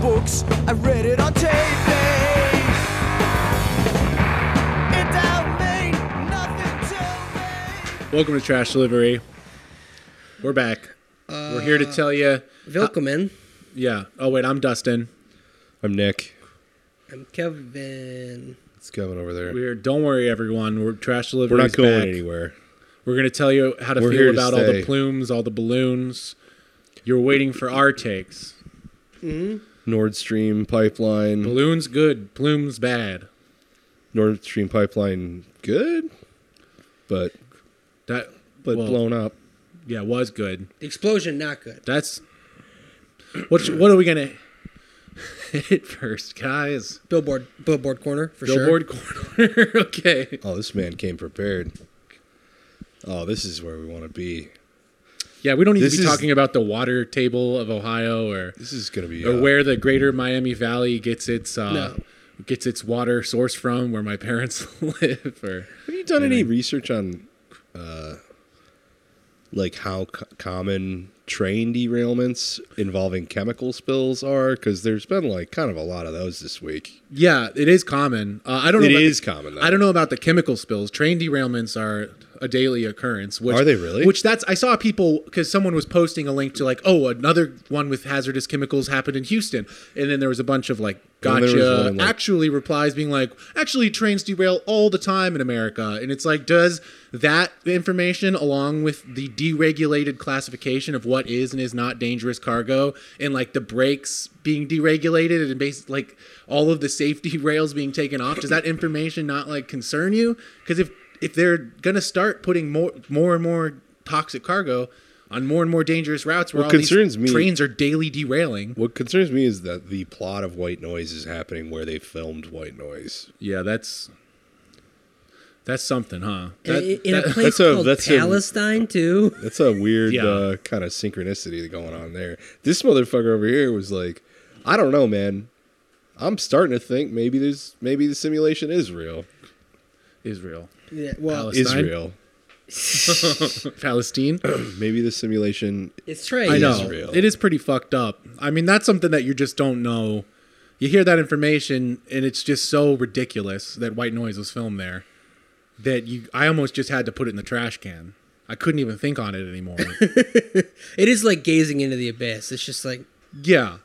books, I read it on tape. It don't mean nothing to me. Welcome to Trash Delivery. We're back. We're here Uh, to tell you. Vilkeman. Yeah. Oh wait, I'm Dustin. I'm Nick. I'm Kevin. It's Kevin over there. We're don't worry, everyone. We're Trash Delivery. We're not going back. anywhere. We're gonna tell you how to We're feel here to about all the stay. plumes, all the balloons. You're waiting for our takes. Nord Stream pipeline. Balloons good, plumes bad. Nord Stream pipeline, good, but That but well, blown up. Yeah, was good. The explosion, not good. That's what. What are we gonna hit first, guys? Billboard, billboard corner for Billboard corner. okay. Oh, this man came prepared. Oh, this is where we want to be. Yeah, we don't need This to be is- talking about the water table of Ohio or This is gonna be or uh, where the greater Miami Valley gets its uh, No. gets its water source from, where my parents live. Or Have you done any research on, uh, like how c- common train derailments involving chemical spills are? Because there's been like kind of a lot of those this week. yeah, it is common. Uh, I don't. It know about is the- common, though. I don't know about the chemical spills. Train derailments are a daily occurrence. Which, Are they really? Which that's I saw people because someone was posting a link to like oh another one with hazardous chemicals happened in Houston, and then there was a bunch of like And there was gotcha one, like- actually replies being like actually trains derail all the time in America, and it's like does that information along with the deregulated classification of what is and is not dangerous cargo and like the brakes being deregulated and bas- like all of the safety rails being taken off does that information not like concern you because if if they're gonna start putting more more and more toxic cargo on more and more dangerous routes where What all concerns these me- trains are daily derailing What concerns me is that the plot of White Noise is happening where they filmed White Noise. yeah that's that's something huh sure. In- in a that- place that's a- called that's a- Palestine too. That's a weird Yeah. uh, kind of synchronicity going on there. This motherfucker over here was like, I don't know, man. I'm starting to think maybe there's maybe the simulation is real. israel Yeah, well, Palestine. Israel. palestine Maybe the simulation. it's trade. I know Israel. it is pretty fucked up. I mean, that's something that you just don't know. You hear that information, and it's just so ridiculous that White Noise was filmed there that you. I almost just had to put it in the trash can. I couldn't even think on it anymore. It is like gazing into the abyss. It's just like yeah,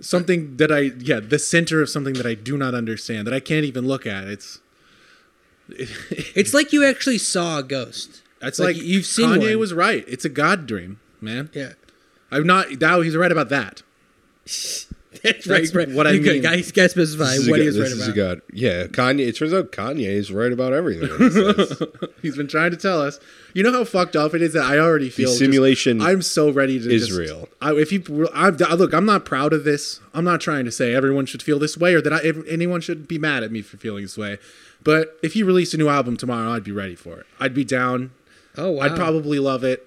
something that I yeah the center of something that I do not understand that I can't even look at. It's it's like you actually saw a ghost. that's Like, like, you've seen Kanye one. was right. It's a god dream, man. Yeah, I'm not. Now he's right about that. that's That's what I you mean. Guys, guys specify This is a what go- he was this right is about. a god. Yeah, Kanye. It turns out Kanye is right about everything. that he says. He's been trying to tell us. You know how fucked up it is that I already feel just- simulation I'm so ready to just- Israel. I, if you, I, I- look, I'm not proud of this. I'm not trying to say everyone should feel this way or that I, if anyone should be mad at me for feeling this way. But if you released a new album tomorrow, I'd be ready for it. I'd be down. Oh wow! I'd probably love it.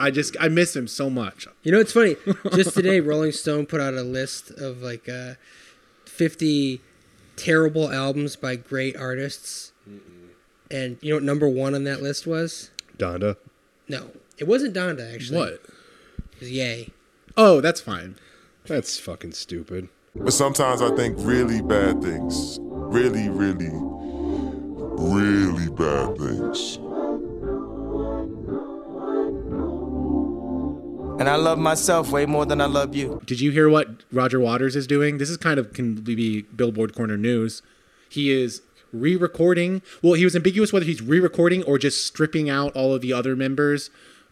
I just I miss him so much. You know, it's funny. Just today, Rolling Stone put out a list of like uh, 50 terrible albums by great artists. And you know what number one on that list was? Donda. No, it wasn't Donda, actually. What? It was Yay. Oh, that's fine. That's fucking stupid. But sometimes I think really bad things. Really, really, really bad things. And I love myself way more than I love you. Did you hear what Roger Waters is doing? This is kind of can be Billboard corner news. He is re-recording. Well, he was ambiguous whether he's re-recording or just stripping out all of the other members'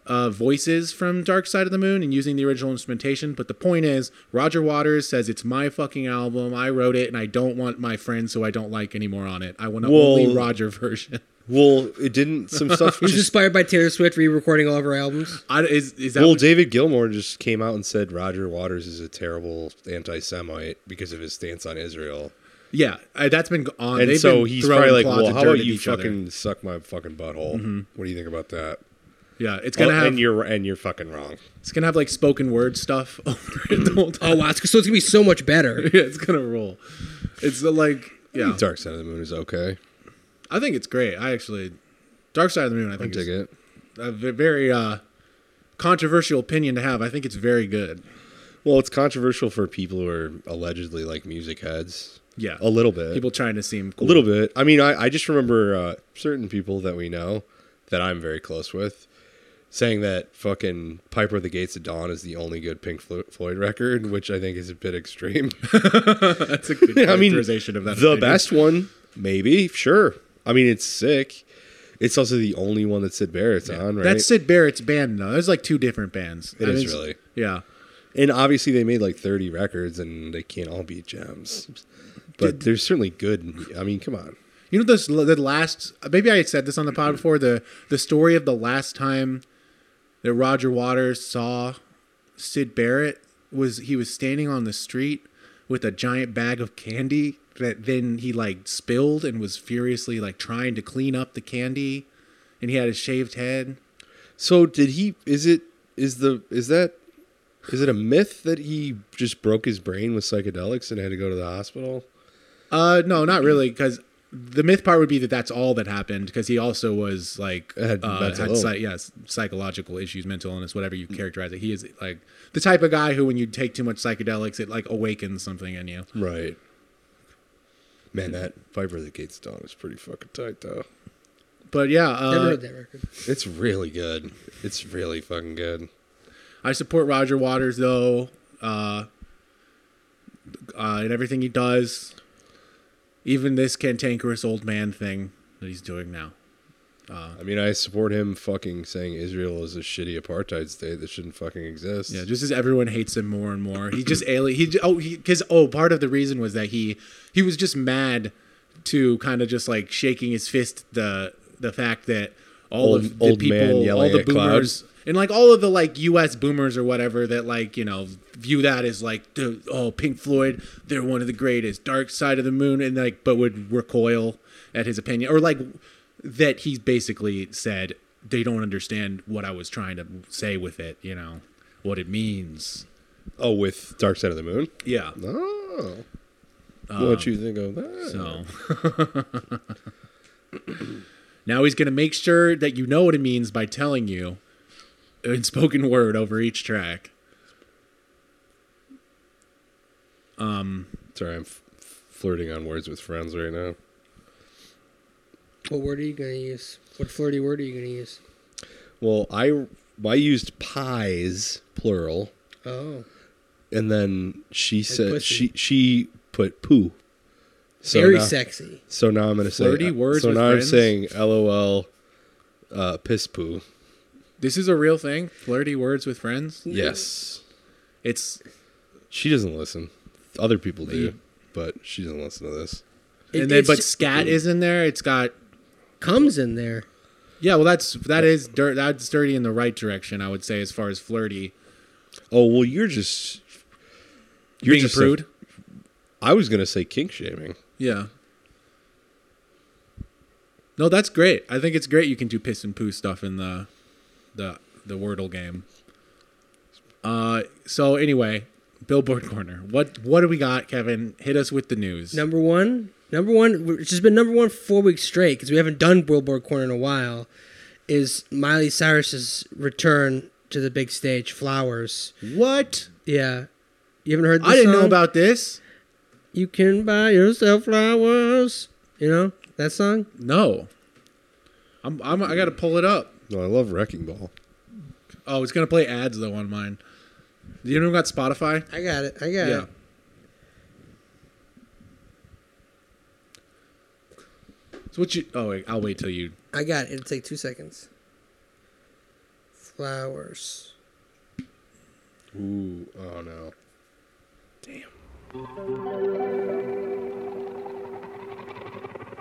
uh, voices from Dark Side of the Moon and using the original instrumentation. But the point is, Roger Waters says it's my fucking album. I wrote it, and I don't want my friends who I don't like anymore on it. I want an only Well- Roger version. Well, it didn't. Some stuff He was just. inspired by Taylor Swift re recording all of her albums. I, is is that Well, what- David Gilmour just came out and said Roger Waters is a terrible anti-Semite because of his stance on Israel. yeah? I, that's been on. and Uh, They've so been he's throwing probably like, clods "Well, of how dirt about at you each other." fucking suck my fucking butthole? What do you think about that?" Yeah, it's gonna Oh, have and you're and you're fucking wrong. It's gonna have like spoken word stuff over it the whole time. Oh, wow. It's, so it's going to be so much better. Yeah, it's gonna roll. It's uh, like yeah, Dark Side of the Moon is okay. I think it's great. I actually, Dark Side of the Moon. I I think dig is it. a ve- very uh, controversial opinion to have. I think it's very good. Well, it's controversial for people who are allegedly like music heads. Yeah. a little bit. People trying to seem a cool. little bit. I mean, I, I just remember uh, certain people that we know that I'm very close with saying that fucking Piper the Gates of Dawn is the only good Pink Flo- Floyd record, which I think is a bit extreme. That's a good I mean, characterization of that. the opinion. best one, maybe, sure. I mean, it's sick. It's also the only one that Sid Barrett's on, right? That's Sid Barrett's band, though. There's like two different bands. It It is is really. Yeah. And obviously, they made like 30 records, and they can't all be gems. But they're certainly good. I mean, come on. You know this the last maybe I had said this on the pod before the the story of the last time that Roger Waters saw Sid Barrett was he was standing on the street with a giant bag of candy that then he like spilled and was furiously like trying to clean up the candy and he had a shaved head. So did he? Is it? Is the? Is that? Is it a myth that he just broke his brain with psychedelics and had to go to the hospital? Uh no, not really cuz the myth part would be that that's all that happened because he also was like Had uh, had mental illness. psy- yes psychological issues, mental illness, whatever you characterize it. He is like the type of guy who, when you take too much psychedelics, it like awakens something in you. Right. Man, that Viper that Gates Dawn is pretty fucking tight though. But yeah, Never uh, heard that record. It's really good. It's really fucking good. I support Roger Waters though, uh, uh, in everything he does, even this cantankerous old man thing that he's doing now. I mean, I support him fucking saying Israel is a shitty apartheid state that shouldn't fucking exist. Yeah, just as everyone hates him more and more, he just alien. He j- oh he because oh part of the reason was that he he was just mad to kind of just like shaking his fist the the fact that all Old- of the old people, man yelling all the at clouds. boomers, and like all of the like U.S. boomers or whatever that like you know view that as like the, oh Pink Floyd they're one of the greatest Dark Side of the Moon and like but would recoil at his opinion or like that he's basically said they don't understand what I was trying to say with it you know what it means Oh, with Dark Side of the Moon. yeah Oh. Um, what you think of that? so now he's gonna make sure that you know what it means by telling you in spoken word over each track. Sorry, I'm f- flirting on words with friends right now. What word are you gonna use? What flirty word are you gonna use? Well, I I used pies plural, Oh, and then she said pussy. she she put poo. So very now, sexy. So now I'm gonna Flirty say uh, words So with now friends? I'm saying LOL, uh, piss poo. This is a real thing. Flirty words with friends. Yes, It's she doesn't listen. Other people do, but she doesn't listen to this. It- and then it's- but scat is in there. It's got comes in there. yeah. Well, that's that is dirt. That's dirty in the right direction. I would say as far as flirty. Oh well, you're just you're Being a just prude. I was gonna say kink shaming. yeah. No, that's great. I think it's great you can do piss and poo stuff in the the the Wordle game. Uh, so anyway, Billboard Corner. What what do we got, Kevin? Hit us with the news. Number one, number one, which has been number one for four weeks straight because we haven't done Billboard Corner in a while, is Miley Cyrus's return to the big stage, Flowers. What? Yeah, you haven't heard. This I didn't know song? about this. You can buy yourself flowers. You know that song. No. I'm, I'm I gotta pull it up. No, I love wrecking ball. Oh, it's gonna play ads though on mine. You know who got Spotify? I got it. I got Yeah. it. So what you? Oh, wait, I'll wait till you. I got it. It'll take two seconds. Flowers. Ooh, oh no.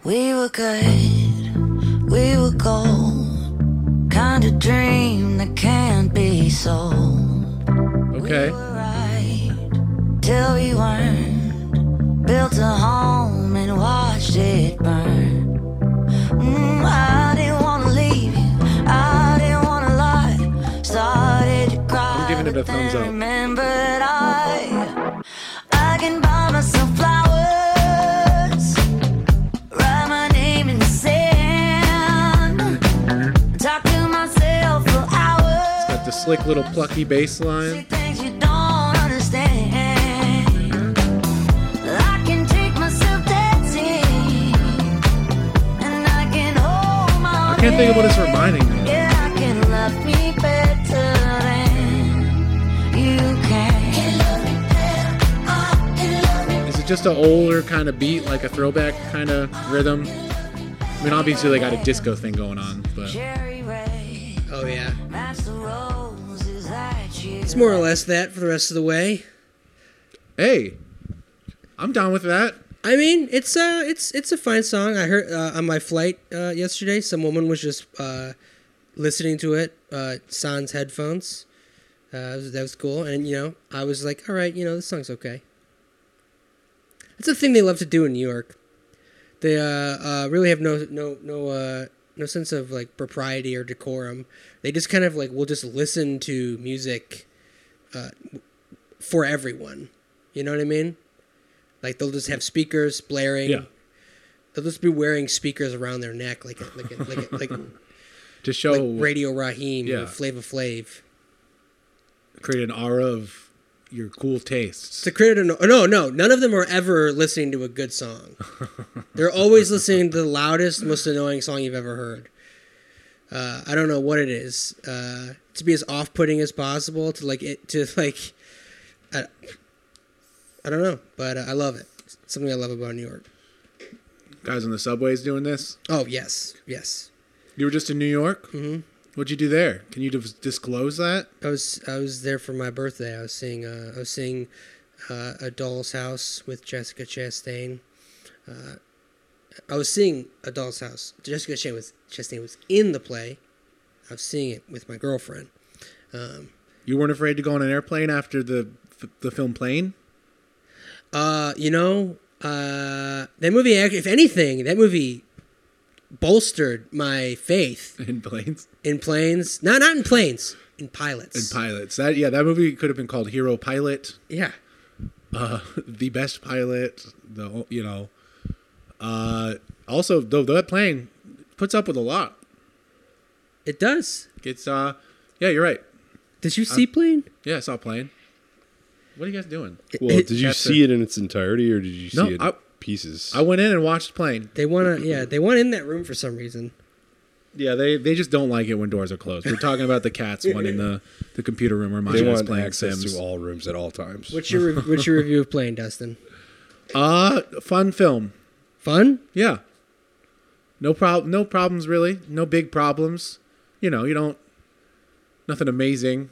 We were good, we were gold. Kind of dream that can't be sold. Okay. We were right till we weren't. Built a home and watched it burn. Mm, I didn't wanna leave you, I didn't wanna lie. Started to cry. I'm giving it a but then thumbs up. Remembered I, I can buy myself flowers. Write my name in the sand. Talk to myself for hours. Got the slick little plucky bass See line. things you don't understand. can't think of what it's reminding me. of. Yeah, I can love me better than you can. Uh, Is it just an older kind of beat, like a throwback kind of rhythm? I mean, obviously they got a disco thing going on, but Cherry red, Oh yeah. match the roses that you. It's more or less that for the rest of the way. hey, I'm down with that. I mean, it's a it's it's a fine song. I heard uh, on my flight uh, yesterday, some woman was just uh, listening to it uh, sans headphones. Uh, that was- that was cool, and you know, I was like, all right, you know, this song's okay. That's the thing they love to do in New York. They uh, uh, really have no no no uh, no sense of like propriety or decorum. They just kind of like will just listen to music uh, for everyone. You know what I mean? Like they'll just have speakers blaring. Yeah. They'll just be wearing speakers around their neck, like a, like a, like a, like, To show like Radio Raheem Yeah. or Flava Flav. create an aura of your cool tastes. To create an no, no, none of them are ever listening to a good song. They're always listening to the loudest, most annoying song you've ever heard. Uh, I don't know what it is. Uh, to be as off-putting as possible. To like it. To like, I, I don't know, but uh, I love it. It's something I love about New York. Guys on the subways doing this. Oh yes, yes. You were just in New York. Mm-hmm. What'd you do there? Can you dis- disclose that? I was I was there for my birthday. I was seeing uh, I was seeing uh, a Doll's House with Jessica Chastain. Uh, I was seeing a Doll's House. Jessica Chastain was Chastain was in the play. I was seeing it with my girlfriend. You weren't afraid to go on an airplane after the f- the film Plane. Uh, you know uh, that movie. act- If anything, that movie bolstered my faith in planes in planes. Not not in planes. In pilots. and pilots. That yeah, that movie could have been called Hero Pilot, uh, yeah. the best pilot. The you know, uh, also though that plane puts up with a lot. It does. Uh, It's uh, yeah, you're right. Did you see plane? Yeah, I saw plane. What are you guys doing? Well, did you That's see a- it in its entirety or did you see No, it in I- pieces? I went in and watched plane. They wanna yeah. They want in that room for some reason. Yeah, they they just don't like it when doors are closed. We're talking about the cats one in the the computer room where they Maja was want playing access Sims. to all rooms at all times. What's your re- what's your review of playing Dustin? Uh fun film. Fun? Yeah. No problem. No problems really. No big problems. You know, you don't. Nothing amazing.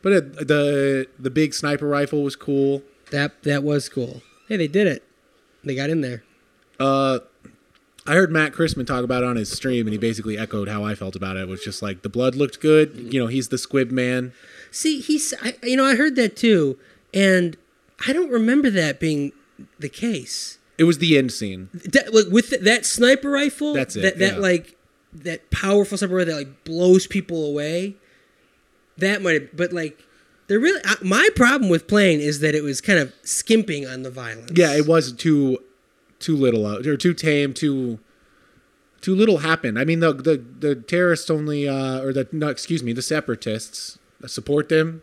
But it, the the big sniper rifle was cool. That that was cool. Hey, they did it. They got in there. I heard Matt Chrisman talk about it on his stream, and he basically echoed how I felt about it. It was just like the blood looked good. You know, he's the squib man. See, he's I, you know I heard that too, and I don't remember that being the case. It was the end scene. That, like with th- that sniper rifle, That's it, That, that yeah. like that powerful sniper rifle that like blows people away. That might, have, but like, they're really I, my problem with playing is that it was kind of skimping on the violence. Yeah, it was too too little out or too tame, too too little happened. I mean the the the terrorists only uh or the no excuse me, the separatists support them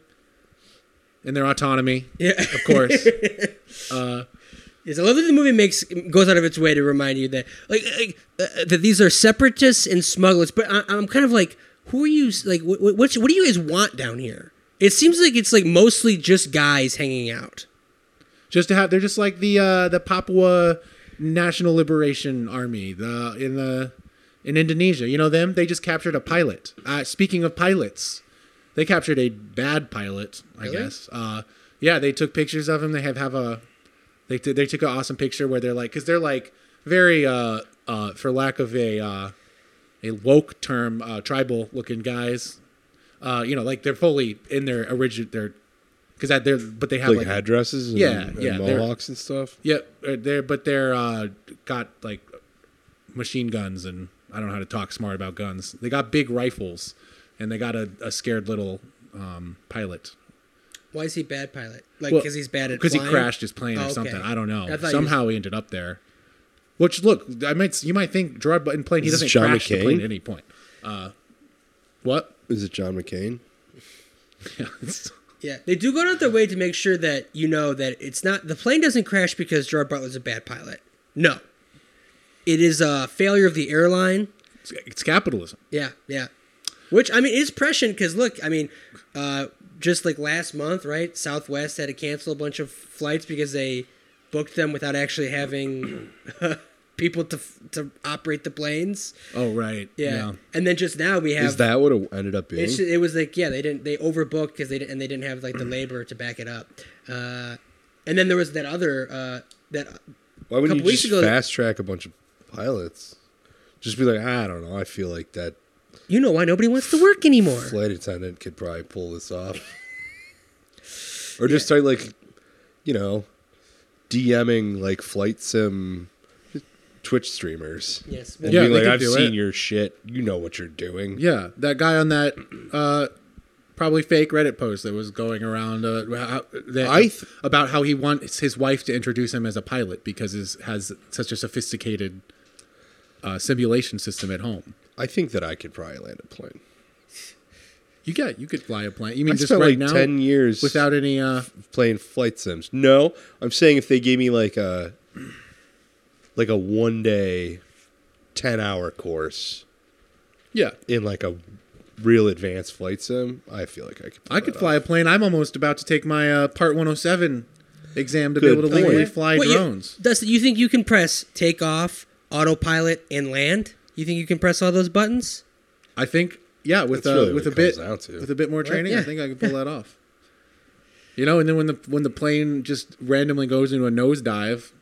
in their autonomy. Yeah. Of course. Yes, I love that the movie makes goes out of its way to remind you that like, like uh, that these are separatists and smugglers. But I, I'm kind of like, who are you? Like, what, what what's- what do you guys want down here? It seems like it's like mostly just guys hanging out. just to have they're just like the uh the Papua National Liberation Army, the in the in Indonesia. You know them? They just captured a pilot. Uh speaking of pilots, they captured a bad pilot, I Really? guess. Uh yeah, they took pictures of him. They have have a they t- they took an awesome picture where they're like cuz they're like very uh uh for lack of a uh a woke term uh tribal looking guys. Uh you know, like they're fully in their origin their cuz that they're but they have like, like hat dresses and, Yeah, and yeah, they're- mohawks and stuff? Yep, uh, they're but they're uh, got like machine guns and I don't know how to talk smart about guns. They got big rifles, and they got a, a scared little um, pilot Why is he bad pilot? Like, Well, because he's bad at because he flying? crashed his plane or Oh, okay. something. I don't I know. thought he was- Somehow he ended up there. Which look, I might you might think Gerard Button plane he Is this doesn't John crash the McCain? plane at any point. Uh, what? Is it John McCain? Yeah, they do go out their way to make sure that you know that it's not the plane doesn't crash because Gerard Butler's a bad pilot. No, it is a failure of the airline It's, it's capitalism. Yeah, yeah. Which I mean is prescient because look, I mean, uh, just like last month, right? Southwest had to cancel a bunch of flights because they booked them without actually having people to f- to operate the planes. Oh right. Yeah. and then just now we have. Is that what it ended up being? it's, it was like yeah they didn't they overbooked because they didn't, and they didn't have like the labor to back it up, uh, and then there was that other uh, that Why wouldn't couple you weeks just ago- fast track a bunch of pilots? Just be like, "Ah, I don't know. I feel like that you know why nobody wants to work anymore. flight attendant could probably pull this off. or just start like, you know, DMing like flight sim Twitch streamers. Yes, And Yeah, being they like, could I've do it. seen your shit. You know what you're doing. Yeah, that guy on that uh, probably fake Reddit post that was going around uh, how, that, I th- about how he wants his wife to introduce him as a pilot because his has such a sophisticated uh, simulation system at home. I think that I could probably land a plane. You get you could fly a plane. You mean I just spent, right like, now 10 years- without any uh, playing flight sims. No, I'm saying if they gave me like a like a one day, ten hour course yeah. in like a real advanced flight sim, I feel like I could. pull I could that fly off. a plane. I'm almost about to take my uh, Part 107 exam to Good be able to point. legally fly Wait, you- drones. Dustin, you think you can press take off, autopilot, and land? You think you can press all those buttons? I think yeah, with That's uh, really with a what it bit comes down to. with a bit more training, I Yeah. think I could pull that off. You know, and then when the when the plane just randomly goes into a nosedive,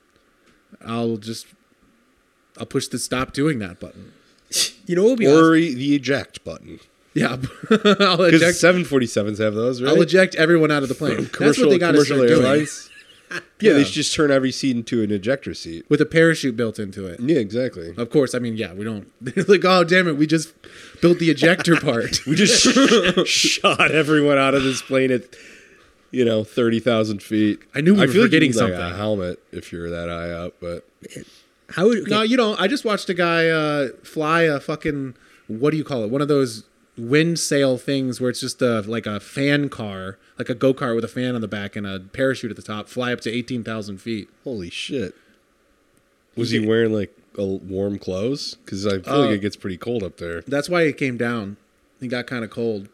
I'll just I'll push the stop doing that button. You know what would be Or awesome? e- the eject button Yeah, I'll because eject. 747s have those, right? I'll eject everyone out of the plane. That's commercial what they got to commercial start doing airlines. yeah, Yeah. they should just turn every seat into an ejector seat. with a parachute built into it. Yeah, exactly. Of course, I mean, yeah, we don't like. Oh, damn it, we just built the ejector part. We just shot everyone out of this plane at you know thirty thousand feet. I knew we were feel you forgetting need, like, something. a helmet if you're that high up, but How would okay, No, you don't. I just watched a guy uh, fly a fucking what do you call it? One of those wind sail things where it's just a like a fan car, like a go kart with a fan on the back and a parachute at the top, fly up to eighteen thousand feet. holy shit! Was he wearing like a warm clothes? Because I feel like it gets pretty cold up there. That's why he came down. He got kind of cold.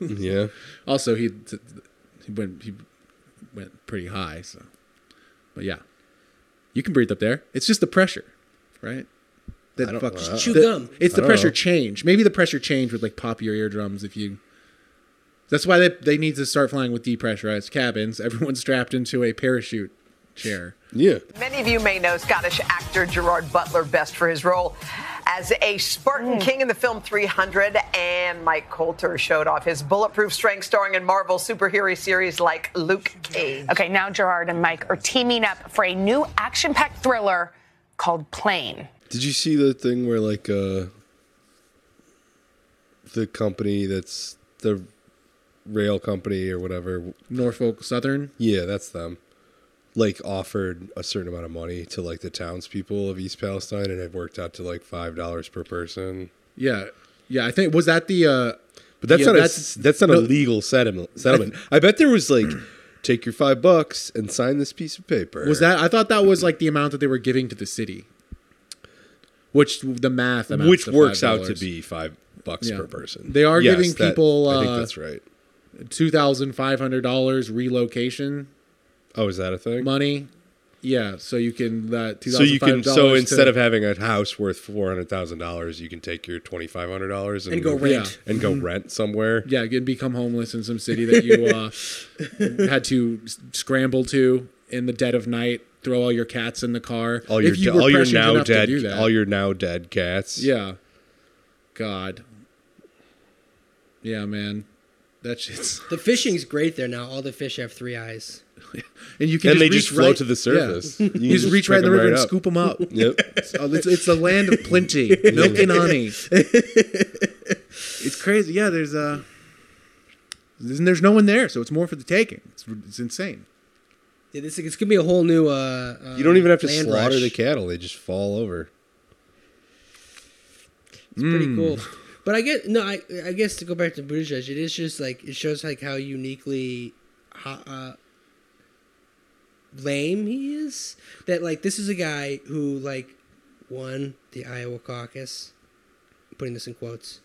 Yeah, Also, he he went he went pretty high. So, but yeah, you can breathe up there. It's just the pressure, right? That don't fucks- know. chew the- gum? It's the I don't pressure know. change. Maybe the pressure change would like pop your eardrums if you. That's why they they need to start flying with depressurized cabins. Everyone's strapped into a parachute chair. yeah. Many of you may know Scottish actor Gerard Butler best for his role as a Hmm. Spartan King in the film 300, and Mike Coulter showed off his bulletproof strength starring in Marvel superhero series like Luke Cage. Okay, now Gerard and Mike are teaming up for a new action packed thriller called Plane. Did you see the thing where like uh the company that's the rail company or whatever? Norfolk Southern. Yeah, that's them. Like offered a certain amount of money to like the townspeople of East Palestine, and it worked out to like five dollars per person. Yeah, yeah. I think was that the. uh But that's Yeah, not that's- a that's not no. a legal settlement. Settlement. I bet there was like, take your five bucks and sign this piece of paper. Was that? I thought that was like the amount that they were giving to the city. Which the math amounts which to works out $5. to be five bucks Yeah. per person? They are giving that- people, I think uh, that's right. two thousand five hundred dollars relocation Oh, is that a thing? money. Yeah, so you can that two so thousand you five can dollars. so instead of having a house worth four hundred thousand dollars, you can take your twenty five hundred dollars and, And go rent. and go rent Mm-hmm. somewhere. yeah, you can become homeless in some city that you uh, had to s- scramble to in the dead of night. Throw all your cats in the car. All your if you de- were all your prescient now enough to dead do that. all your now dead cats. yeah. God. Yeah, man, that shit's the fishing's great there now. All the fish have three eyes. and you can just And they reach just float right- to the surface. Yeah. You can You just just reach right in the pick 'em river right and up. scoop them up. Yep. Oh, it's, it's the land of plenty, milk and honey. It's crazy. Yeah, there's uh, there's, there's no one there, so it's more for the taking. It's, it's insane. Yeah, this it's gonna be a whole new. Uh, uh, You don't even have to land slaughter rush. the cattle; they just fall over. It's Hmm. pretty cool. But I guess no, I, I guess to go back to Buttigieg, it is just like it shows like how uniquely ho- uh, lame he is. That like this is a guy who like won the Iowa caucus, putting this in quotes.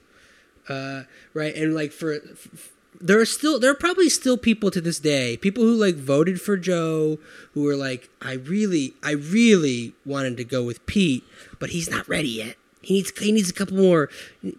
Uh, right, and like for, f- there are still there are probably still people to this day, people who like voted for Joe, who were like, I really, I really wanted to go with Pete, but he's not ready yet. He needs he needs a couple more,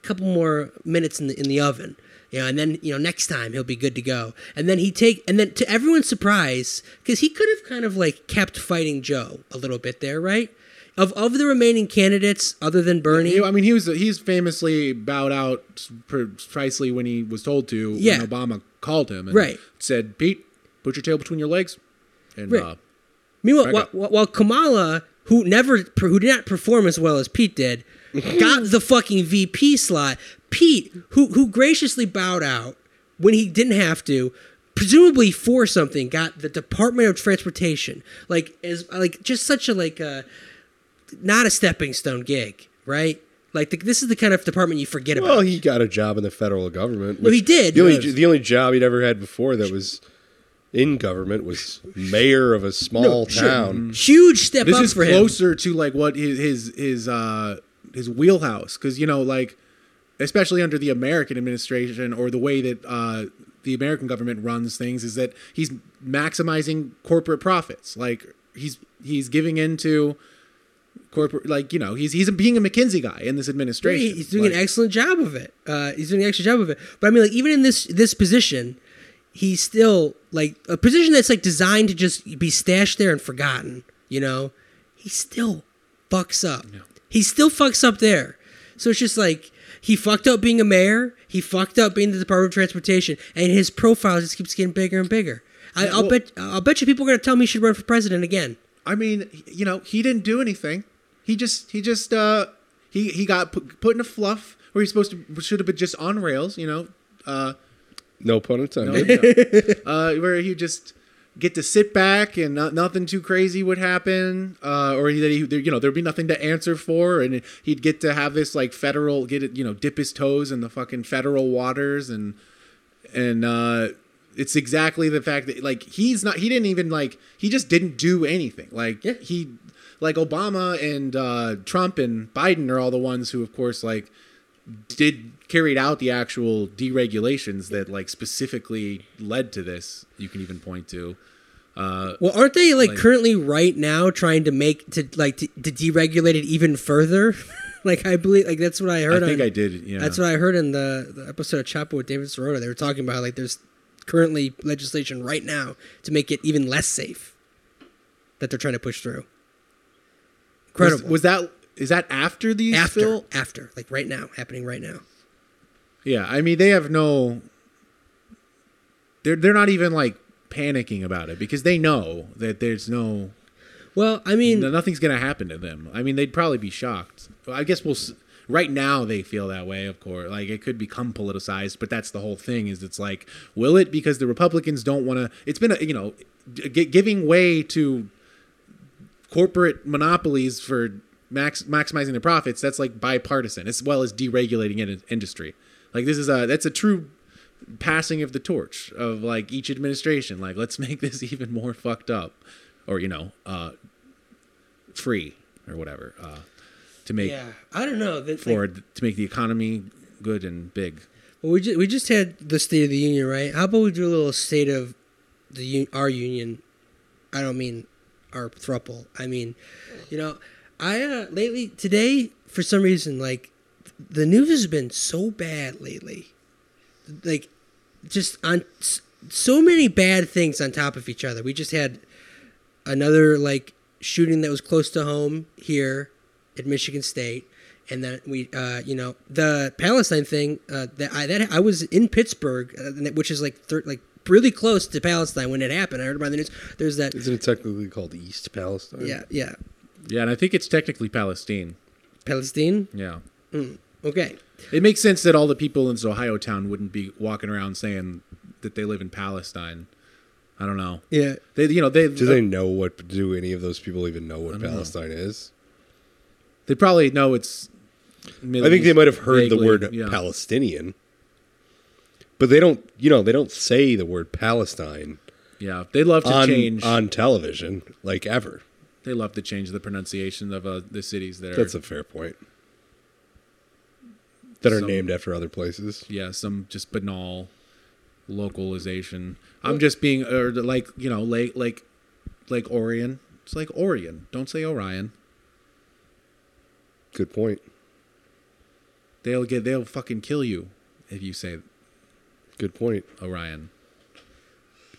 couple more minutes in the in the oven. You know, and then you know next time he'll be good to go. And then he take and then to everyone's surprise, because he could have kind of like kept fighting Joe a little bit there, right? Of of the remaining candidates, other than Bernie, He- I mean, he was he's famously bowed out precisely when he was told to. Yeah. when Obama called him and Right. said, "Pete, put your tail between your legs." And Right. uh, Meanwhile, Right while, while Kamala, who never, who did not perform as well as Pete did, got the fucking VP slot. Pete, who who graciously bowed out when he didn't have to, presumably for something, got the Department of Transportation. Like is like just such a like uh, not a stepping stone gig, right? Like the, this is the kind of department you forget Well, about. he got a job in the federal government. No, which he did. The only, Yes. the only job he'd ever had before that was in government was mayor of a small town. Huge step this up is for him. closer to like what his his his uh his wheelhouse because you know like especially under the american administration or the way that uh the american government runs things is that he's maximizing corporate profits like he's he's giving into corporate like you know he's he's being a mckinsey guy in this administration He's doing an Like, excellent job of it. Uh, he's doing an excellent job of it. But I mean, like even in this this position, he's still like a position that's like designed to just be stashed there and forgotten. You know, he still fucks up. He still fucks up there. So it's just like he fucked up being a mayor. He fucked up being the Department of Transportation, and his profile just keeps getting bigger and bigger. I, I'll well- bet. I'll bet you people are gonna tell me he should run for president again. I mean, you know, he didn't do anything. He just he just uh he he got put, put in a fluff where he's supposed to should have been just on rails, you know, No pun intended. uh, where he just get to sit back and not, nothing too crazy would happen, uh, or that he, there, you know, there'd be nothing to answer for, and he'd get to have this like federal get it, you know, dip his toes in the fucking federal waters, and and uh, it's exactly the fact that like he's not, he didn't even like, he just didn't do anything, like Yeah. he, like Obama and uh, Trump and Biden are all the ones who, of course, like did carried out the actual deregulations that like specifically led to this you can even point to Well, aren't they like, Like- currently right now trying to make to like to, to deregulate it even further? like I believe like that's what I heard. i think on, i did yeah That's what I heard in the, the episode of Chapo with David Sirota. They were talking about like there's currently legislation right now to make it even less safe that they're trying to push through. was, Incredible. was that is that after these after Phil? after like right now happening right now. yeah i mean they have no they're they're not even like panicking about it because they know that there's no Well, I mean, no- nothing's gonna happen to them i mean they'd probably be shocked i guess we'll s- right now they feel that way of course like it could become politicized but that's the whole thing is it's like will it because the republicans don't want to it's been a you know g- giving way to corporate monopolies for max maximizing their profits that's like bipartisan as well as deregulating in industry like this is a that's a true passing of the torch of like each administration like let's make this even more fucked up or you know uh free or whatever uh to make yeah, I don't know. That, like, for to make the economy good and big Well, we just we just had the State of the Union, right? How about we do a little State of the U- our union? I don't mean our thruple. I mean, you know, I uh, lately today for some reason like the news has been so bad lately, like just on s- so many bad things on top of each other. We just had another like shooting that was close to home here at Michigan State, and then we, uh, you know, the Palestine thing. Uh, that I that I was in Pittsburgh, uh, and that- which is like thir- like really close to Palestine when it happened. I heard about the news. There's that. Isn't it technically called East Palestine? Yeah, yeah, yeah and i think it's technically palestine Palestine. yeah Okay. it makes sense that all the people in this ohio town wouldn't be walking around saying that they live in palestine i don't know Yeah. they you know they Do they know what? Do any of those people even know what Palestine is? They probably know it's. Middle I think they East might have heard the vaguely, word yeah. Palestinian, but they don't. You know, they don't say the word Palestine Yeah, they love to on change. on television like ever. they love to change the pronunciation of uh, the cities that are. That's a fair point. that are Some- named after other places. yeah, some just banal localization. I'm just being or the- like you know like like like Orion. It's like Orion. Don't say Orion. Good point. They'll get they'll fucking kill you if you say Good point. Orion.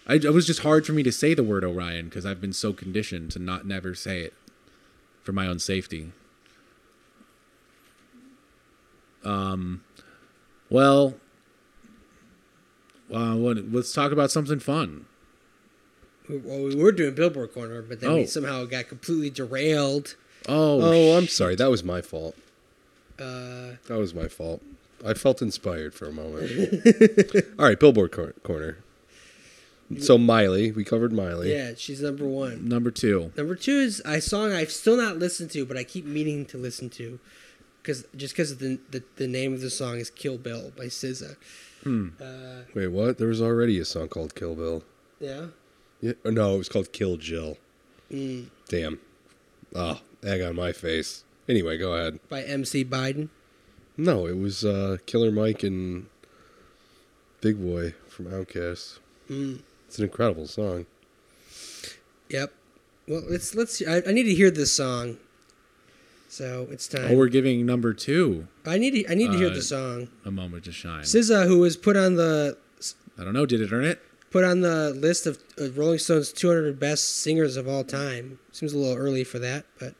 I, it was just hard for me to say the word Orion because I've been so conditioned to not never say it for my own safety. Um. Um, Well. Uh, what, let's talk about something fun. We- Well, we were doing Billboard Corner, but then Oh. we somehow got completely derailed. Oh, Oh, I'm sh- sorry. That was my fault. Uh, that was my fault. I felt inspired for a moment. All right, Billboard cor- corner. So Miley, we covered Miley. Yeah, she's number one. number two. Number two is a song I've still not listened to, but I keep meaning to listen to, because just because the, the the name of the song is Kill Bill by SZA. Wait, what? There was already a song called Kill Bill. Yeah. Yeah, or no, it was called Kill Jill. Damn. Oh, egg on my face. Anyway, go ahead. By MC Biden. No, it was uh, Killer Mike and Big Boy from Outkast. Mm. It's an incredible song. Yep. Well, let's let's. I, I need to hear this song. So it's Oh, time. we're giving number two I need to, I need to hear Uh, the song. a moment to shine. SZA, who was put on the I don't know. Did it earn it? put on the list of uh, Rolling Stones 200 best singers of all time. Seems a little early for that, but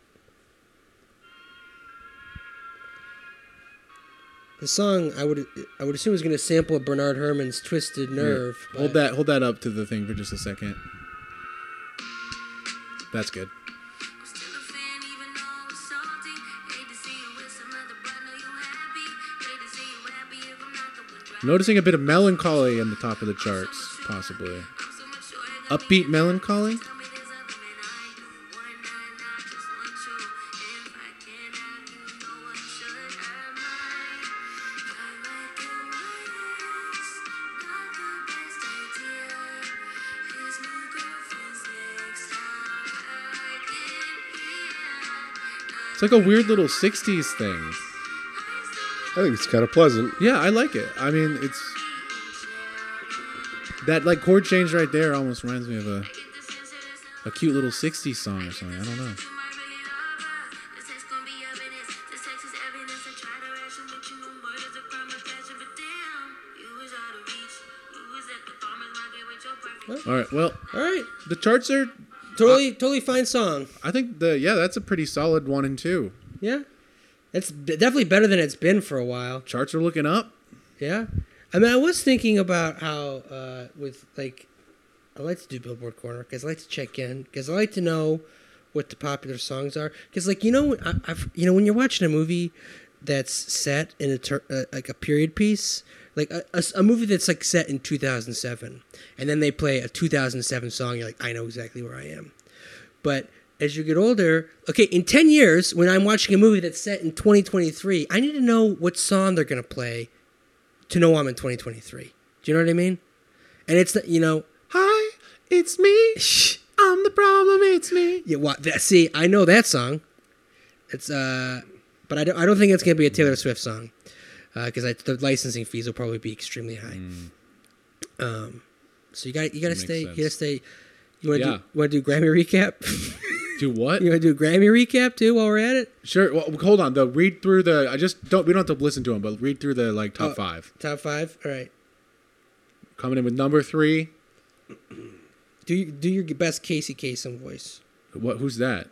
the song I would I would assume is going to sample Bernard Herrmann's "Twisted Nerve." Hold but- that. Hold that up to the thing for just a second. That's good. Noticing a bit of melancholy on the top of the charts, possibly. Upbeat melancholy? It's like a weird little 60s thing. I think it's kind of pleasant. Yeah, I like it. I mean, it's. That like chord change right there almost reminds me of a a cute little 60s song or something. I don't know. All right. Well, All right, the charts are totally totally fine song. I think the yeah, that's a pretty solid one and two. Yeah, it's b- definitely better than it's been for a while. Charts are looking up. Yeah. I mean, I was thinking about how, uh, with like, I like to do Billboard Corner because I like to check in because I like to know what the popular songs are because, like, you know, I, I've you know when you're watching a movie that's set in a ter- uh, like a period piece, like a, a s- a movie that's like set in 2007, and then they play a 2007 song, you're like, I know exactly where I am. But as you get older, okay, in 10 years, when I'm watching a movie that's set in 2023, I need to know what song they're going to play to know I'm in 2023. Do you know what I mean? And it's, the- you know, Hi, it's me. I'm the problem. It's me. yeah, what, that, see, I know that song. It's, uh, but I don't, I don't think it's going to be a Taylor Swift song because I the licensing fees will probably be extremely high. Um, so you got to you Mm. got to Makes stay, you sense. got to stay. You want to Yeah. do, want to do Grammy recap? Do what? you want to do a Grammy recap too while we're at it? Sure. Well, hold on. Though, read through the. I just don't. We don't have to listen to them, but read through the like top five. Top five. All right. Coming in with number three. Do you, do your best Casey Kasem voice. What? Who's that?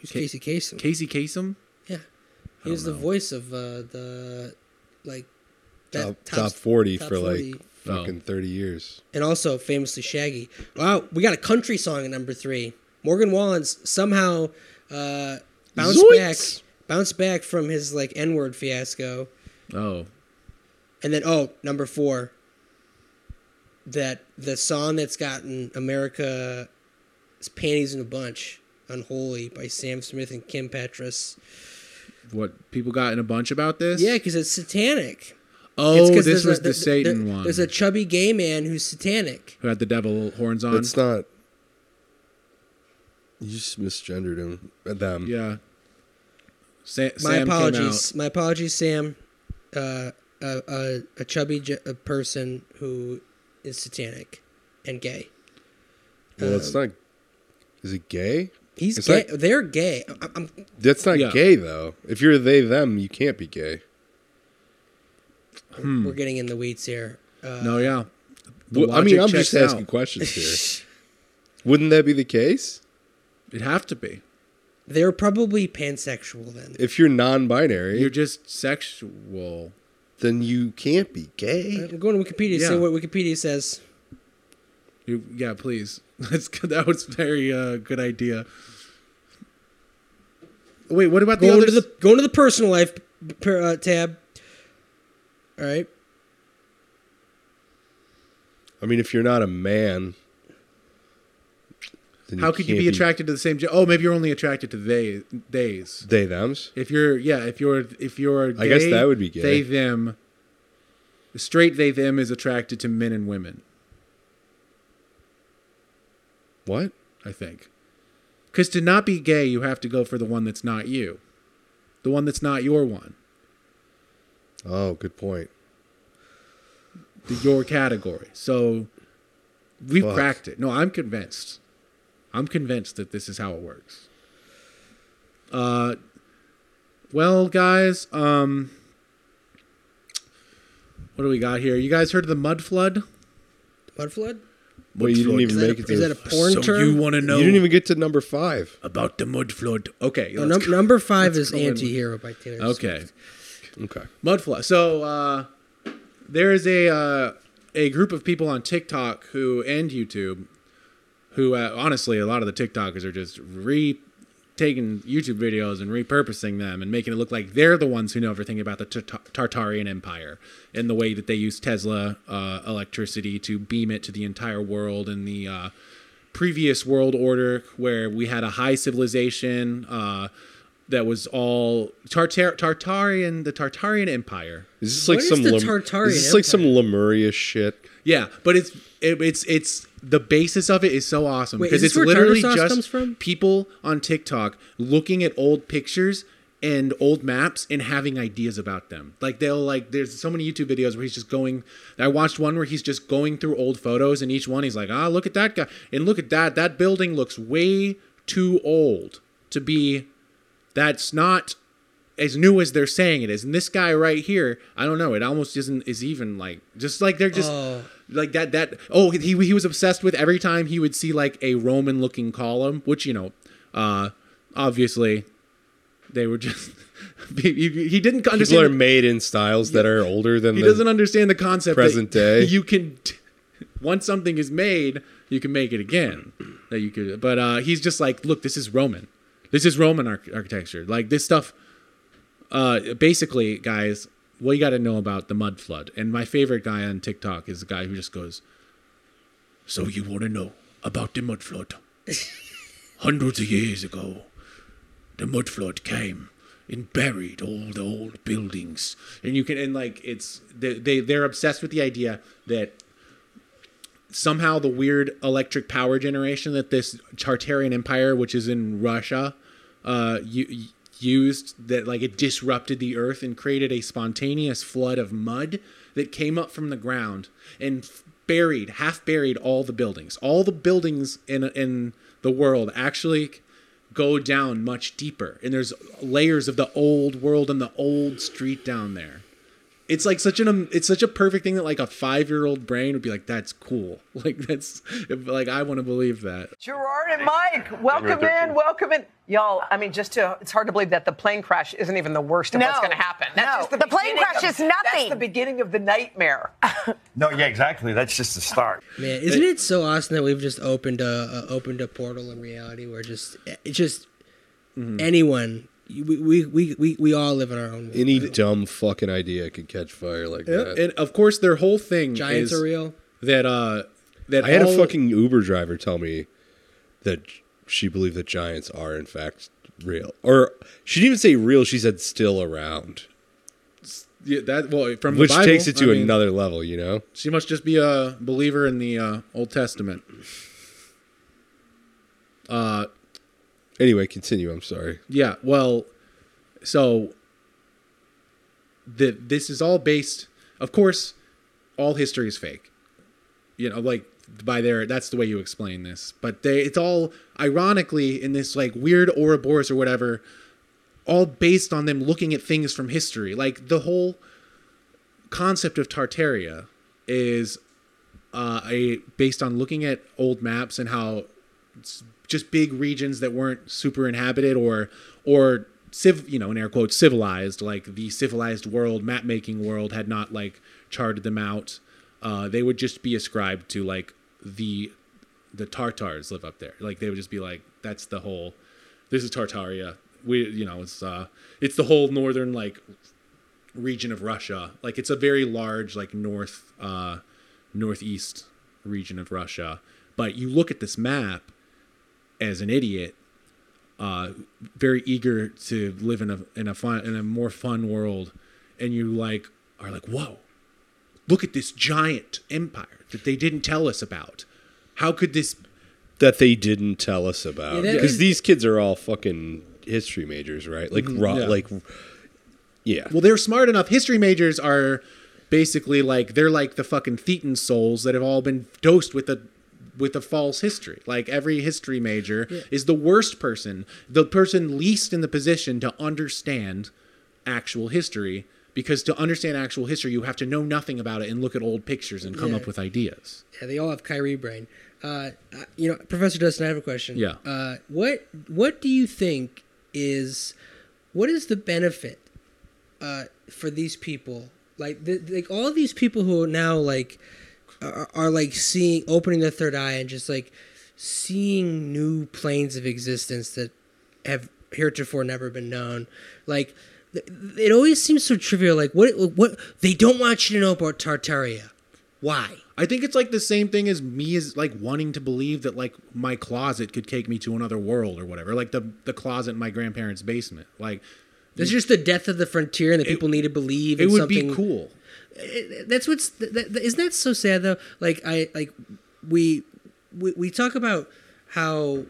Who's Casey Kasem? Casey Kasem. Yeah, he was the voice of uh, the like that Top, top 40 top for 40. like Oh. fucking 30 years. and also famously Shaggy. Wow, we got a country song at number three. Morgan Wallen's somehow uh, bounced Zoinks! back, bounced back from his like N word fiasco, Oh, and then oh, number four. That the song that's gotten America's panties in a bunch, "Unholy" by Sam Smith and Kim Petras. what people got in a bunch about this? Yeah, because it's satanic. It's Oh, 'cause this there's a- was the, there- there- Satan one. There's a chubby gay man who's satanic. who had the devil horns on. It's not. You just misgendered him. uh, Them. yeah. Sa- My Sam came out. apologies. My apologies, Sam. uh, a, a, a chubby j- a person who is satanic and gay. Well, it's not. Is it gay? He's It's gay. like- They're gay. I, I'm, That's not Yeah. gay though. If you're they them, you can't be gay. Hmm. We're getting in the weeds here. Uh, no, yeah. The Well, I mean, logic I'm checks just asking out. questions here. Wouldn't that be the case It'd have to be. they're probably pansexual then. if you're non-binary? You're just sexual. then you can't be gay. I'm going to Wikipedia to see Yeah. what Wikipedia says. You, yeah, please. That's good. that was very uh, good idea. Wait, what about the Going other? to the going to the personal life per, uh, tab. All right. I mean, if you're not a man, then how could you can't be attracted to the same? ge- Oh, maybe you're only attracted to they days. They them's. If you're yeah, if you're if you're I guess they, that would be gay. They them. The straight they them is attracted to men and women. What? I think. Because to not be gay, you have to go for the one that's not you, the one that's not your one, Oh, good point. the your category. So we Fuck. cracked it. No, I'm convinced. I'm convinced that this is how it works. Uh, well, guys, um, what do we got here? You guys heard of the mud flood? Mud flood. Wait, you didn't even Is that make a- it. To is the- that a porn so term? you want to know You didn't even get to number five. about the mud flood? Okay, Oh, let's num- go. number five is go in with- anti-hero by Taylor. Swift. Okay. Okay. Mudfly. So uh, there is a uh, a group of people on TikTok who and YouTube who uh, honestly a lot of the TikTokers are just re taking YouTube videos and repurposing them and making it look like they're the ones who know everything about the Tart- Tartarian Empire and the way that they use Tesla uh, electricity to beam it to the entire world and the uh, previous world order where we had a high civilization uh, that was all Tartar- Tartarian, the Tartarian Empire. Is this like What is some the Lem- Tartarian Is this like some Empire? Lemuria shit? Yeah, but it's it, it's it's the basis of it is so awesome Wait, is because this it's where literally tartar sauce just comes from? people on TikTok looking at old pictures and old maps and having ideas about them. Like they'll like there's so many YouTube videos where he's just going I watched one where he's just going through old photos and each one he's like, "Ah, look at that guy and look at that that building looks way too old to be that's not as new as they're saying it is. And this guy right here, I don't know, it almost isn't is even like just like they're just Oh. like that that oh he he was obsessed with every time he would see like a Roman looking column, which you know, uh obviously they were just he, he didn't People are understand made in styles that are older than he the, doesn't understand the concept that present day. you can t- once something is made you can make it again that you could but uh he's just like look this is roman this is roman arch- architecture like this stuff uh basically guys what you got to know about the mud flood and my favorite guy on tiktok is the guy who just goes so you want to know about the mud flood hundreds of years ago the mud flood came and buried all the old buildings and you can and like it's they, they they're obsessed with the idea that somehow the weird electric power generation that this tartarian empire which is in russia uh u- used that like it disrupted the earth and created a spontaneous flood of mud that came up from the ground and f- buried half buried all the buildings all the buildings in in the world actually go down much deeper and there's layers of the old world and the old street down there it's like such an um, it's such a perfect thing that like a five year old brain would be like that's cool like that's like i want to believe that Gerard and Mike, welcome in, welcome in. Y'all, I mean, just to, it's hard to believe that the plane crash isn't even the worst of No. what's going to happen. That's No. just the The plane beginning crash of- is nothing. That's the beginning of the nightmare. No, yeah, exactly. That's just the start. Man, isn't it so awesome that we've just opened a, a opened a portal in reality where just it's just Mm-hmm. anyone we, we, we, we, we all live in our own world. Any dumb fucking idea could catch fire like that. and of course their whole thing Giants is are real. that uh that I had a all- fucking Uber driver tell me that she believed that giants are in fact real, or she didn't even say real. She said still around, yeah, that well from the which Bible, takes it I to mean, another level. You know, she must just be a believer in the uh, old testament Anyway, continue. I'm sorry. Yeah, well, so that this is all based, of course, all history is fake. You know, like by their that's the way you explain this. But they it's all ironically in this like weird Ouroboros or whatever, all based on them looking at things from history. Like the whole concept of Tartaria is uh, a based on looking at old maps and how s- just big regions that weren't super inhabited or or civ you know in air quotes civilized like the civilized world map making world had not like charted them out uh, they would just be ascribed to like the the Tartars live up there like they would just be like that's the whole this is Tartaria we you know it's uh it's the whole northern like region of Russia. Like it's a very large like north uh northeast region of Russia. But you look at this map as an idiot uh very eager to live in a in a fun in a more fun world and you like are like whoa look at this giant empire that they didn't tell us about. How could this that they didn't tell us about Yeah, that because is- these kids are all fucking history majors, right? Like, Mhm, raw, yeah. like, yeah. Well, they're smart enough. History majors are basically like they're like the fucking Thetan souls that have all been dosed with a with a false history. Like every history major Yeah. is the worst person, the person least in the position to understand actual history because to understand actual history you have to know nothing about it and look at old pictures and come Yeah. up with ideas. Yeah, they all have Kyrie brain. Uh, uh, you know, Professor Dustin, I have a question. Yeah. Uh, what What do you think is what is the benefit uh, for these people? Like, the, like all these people who are now like are, are like seeing, opening their third eye, and just like seeing new planes of existence that have heretofore never been known. Like, th- th- it always seems so trivial. Like, what what they don't want you to know about Tartaria. Why? I think it's like the same thing as me is like wanting to believe that like my closet could take me to another world or whatever. Like the the closet in my grandparents' basement. Like That's just the death of the frontier, and that people need to believe. it in would something. be cool. It- That's what's. That, that, isn't that so sad though? Like I like we we, we talk about how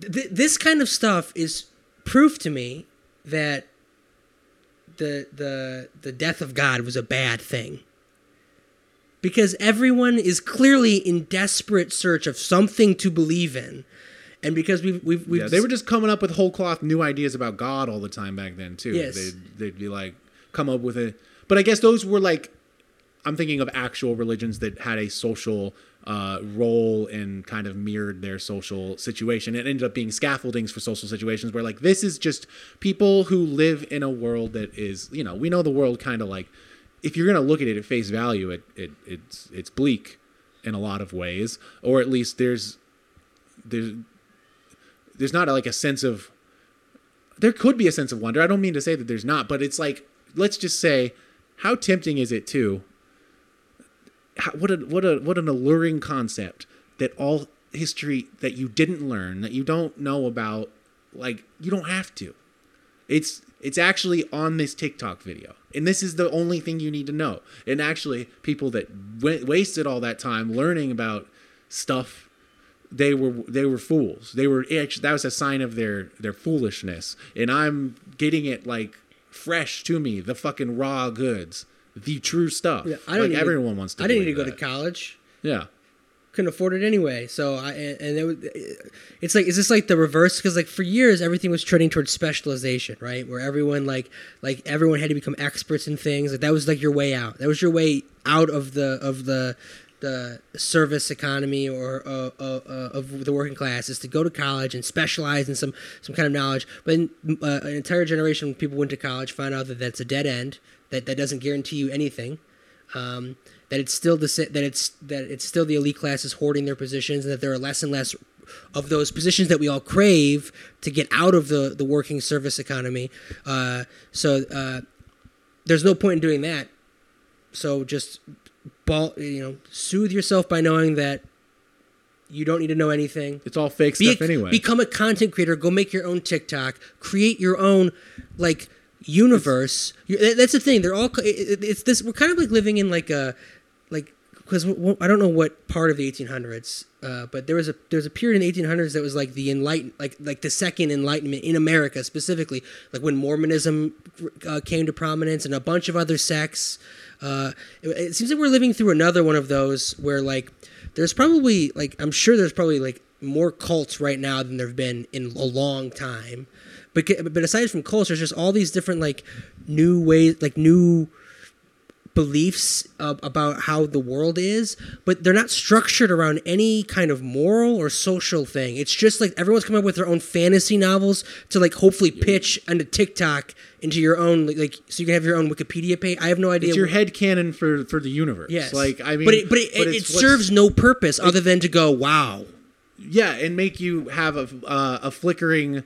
th- this kind of stuff is proof to me that the the the death of God was a bad thing. Because everyone is clearly in desperate search of something to believe in, and because we've we've, we've yeah, they were just coming up with whole cloth new ideas about God all the time back then too. Yes. They'd, they'd be like come up with a but I guess those were like I'm thinking of actual religions that had a social uh, role and kind of mirrored their social situation. It ended up being scaffoldings for social situations where like this is just people who live in a world that is you know we know the world kind of like if you're gonna look at it at face value it, it it's it's bleak in a lot of ways or at least there's there's there's not like a sense of there could be a sense of wonder. I don't mean to say that there's not, but it's like let's just say how tempting is it to how, what a what a what an alluring concept that all history that you didn't learn that you don't know about like you don't have to. It's it's actually on this TikTok video. And this is the only thing you need to know. And actually people that wa- wasted all that time learning about stuff they were they were fools. They were actually that was a sign of their their foolishness. And I'm getting it like fresh to me, the fucking raw goods, the true stuff. Yeah, I don't like need everyone wants to. I didn't need believe to go that. to college. Yeah. couldn't afford it anyway. So I and, and it was, it's like is this like the reverse? Because like for years everything was trending towards specialization, right? Where everyone like like everyone had to become experts in things. Like that was like your way out. That was your way out of the of the the service economy or uh, uh, uh, of the working class is to go to college and specialize in some some kind of knowledge. But uh, an entire generation of people went to college, found out that that's a dead end. That that doesn't guarantee you anything um, that it's still the sa- that it's that it's still the elite classes hoarding their positions, and that there are less and less of those positions that we all crave to get out of the the working service economy. Uh, so uh, there's no point in doing that. So just ball, you know, soothe yourself by knowing that you don't need to know anything. It's all fake Be- stuff anyway. Become a content creator. Go make your own TikTok. Create your own like universe. You- that- that's the thing. They're all. co- it- it- It's this. We're kind of like living in like a like because w- I don't know what part of the 1800s, uh, but there was a there was a period in the 1800s that was like the enlighten like like the second Enlightenment in America specifically, like when Mormonism uh, came to prominence and a bunch of other sects. Uh, it, it seems like we're living through another one of those where like there's probably like I'm sure there's probably like more cults right now than there've been in a long time. But, but aside from cults, there's just all these different like new ways, like new beliefs uh, about how the world is, but they're not structured around any kind of moral or social thing. It's just like everyone's coming up with their own fantasy novels to like hopefully pitch into TikTok into your own like, like so you can have your own Wikipedia page. I have no idea. It's your head canon for for the universe. Yes. Like I mean, but it, but it, it, it's what's- serves no purpose other than to go wow. yeah, and make you have a uh, a flickering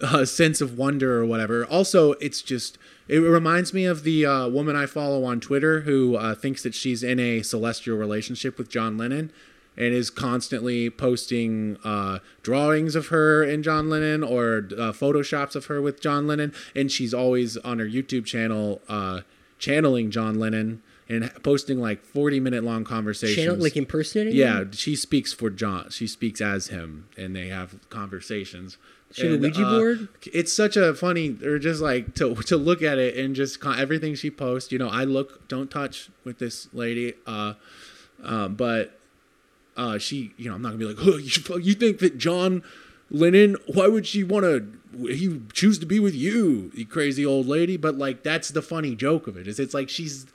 uh, sense of wonder or whatever. Also, it's just it reminds me of the uh, woman I follow on Twitter who uh, thinks that she's in a celestial relationship with John Lennon. And is constantly posting uh, drawings of her and John Lennon, or uh, photoshops of her with John Lennon, and she's always on her YouTube channel uh, channeling John Lennon and posting like forty-minute long conversations. Channel like impersonating. Yeah, him? she speaks for John. She speaks as him, and they have conversations. She have And, a uh, Ouija board? It's such a funny, or just like to to look at it and just con- everything she posts. You know, I look, don't touch with this lady. Uh, uh, but uh, she, you know, I'm not gonna be like, oh, you, fu- you think that John Lennon? Why would she want to? He choose to be with you, you crazy old lady. But like, that's the funny joke of it is it's like she's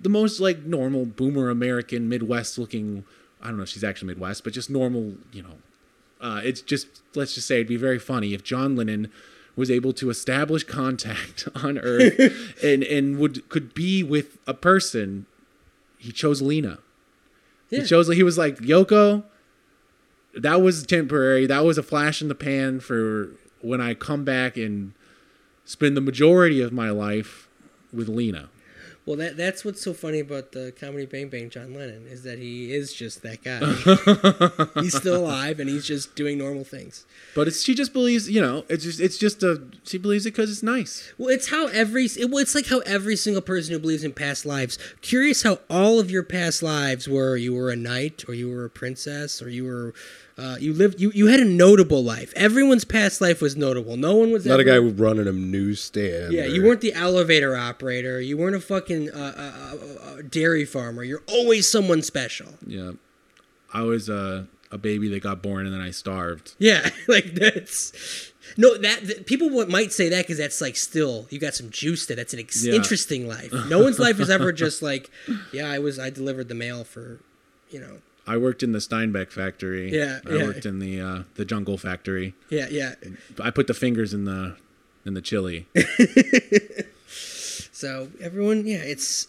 the most like normal boomer American Midwest looking. I don't know. if She's actually Midwest, but just normal. You know, uh, it's just let's just say it'd be very funny if John Lennon was able to establish contact on Earth and and would could be with a person. He chose Lena. Yeah. He chose. He was like Yoko. That was temporary. That was a flash in the pan for when I come back and spend the majority of my life with Lena. Well, that that's what's so funny about the comedy Bang Bang John Lennon is that he is just that guy. he's still alive and he's just doing normal things. But it's she just believes, you know, it's just it's just a she believes it because it's nice. Well, it's how every it, well, it's like how every single person who believes in past lives. Curious how all of your past lives were you were a knight or you were a princess or you were uh, you lived you you had a notable life. Everyone's past life was notable. No one was Not a ever- guy running a newsstand. Yeah, you or- weren't the elevator operator. You weren't a fucking uh, uh, uh, uh, dairy farmer. You're always someone special. Yeah, I was a a baby that got born and then I starved. Yeah, like that's no that, that people would- might say that because that's like still you got some juice there. That's an ex- Yeah. interesting life. No one's life is ever just like, yeah, I was I delivered the mail for, you know, I worked in the Steinbeck factory. Yeah, I yeah. worked in the uh, the jungle factory. yeah, yeah. I put the fingers in the in the chili. So everyone, yeah, it's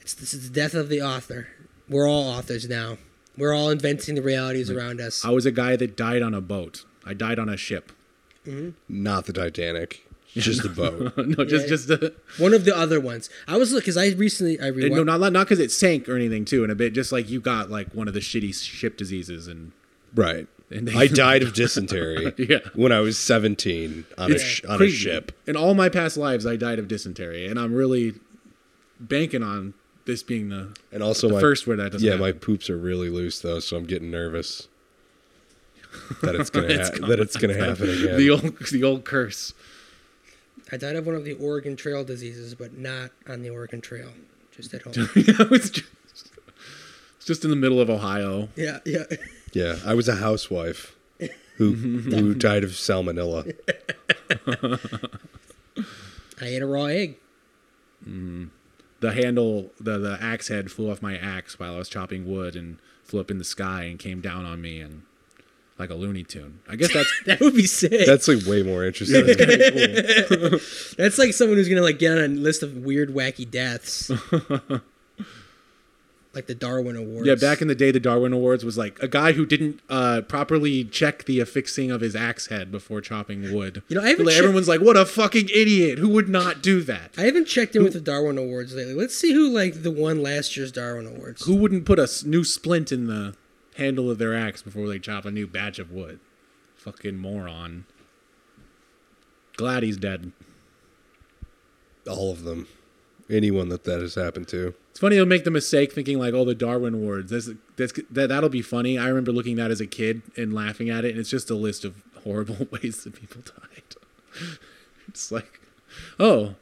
it's this is the death of the author. We're all authors now. We're all inventing the realities around us. I was a guy that died on a boat. I died on a ship. Not the Titanic. Just the boat. no, just Yeah. just the One of the other ones. I was look because I recently I rewatched. Eh, no, not not because it sank or anything too. In a bit, just like you got like one of the shitty ship diseases and Right. And they- I died of dysentery Yeah. when I was 17 on, a, sh- on a crazy. ship. In all my past lives, I died of dysentery, and I'm really banking on this being the And also the my first where that doesn't. Yeah, happen. my poops are really loose though, so I'm getting nervous that it's gonna It's ha- that it's gonna happen again. the old the old curse. I died of one of the Oregon Trail diseases, but not on the Oregon Trail, just at home. it's, just, it's just in the middle of Ohio. yeah, yeah. yeah, I was a housewife who who died of salmonella. I ate a raw egg. The handle, the the axe head flew off my axe while I was chopping wood and flew up in the sky and came down on me and like a Looney Tune. I guess that's That would be sick. That's, That's like way more interesting. like someone who's gonna like get on a list of weird, wacky deaths, like the Darwin Awards. Yeah, back in the day, the Darwin Awards was like a guy who didn't uh, properly check the affixing of his axe head before chopping wood. You know, I haven't Like, che- everyone's like, "What a fucking idiot! Who would not do that? I haven't checked in with the Darwin Awards lately. Let's see who like the won last year's Darwin Awards. Who wouldn't put a s- new splint in the handle of their axe before they chop a new batch of wood? Fucking moron. Glad he's dead. All of them. anyone that that has happened to. It's funny they'll make the mistake thinking like, oh, the Darwin Awards. That's, that's that that'll be funny. I remember looking that as a kid and laughing at it, and it's just a list of horrible ways that people died. It's like, oh,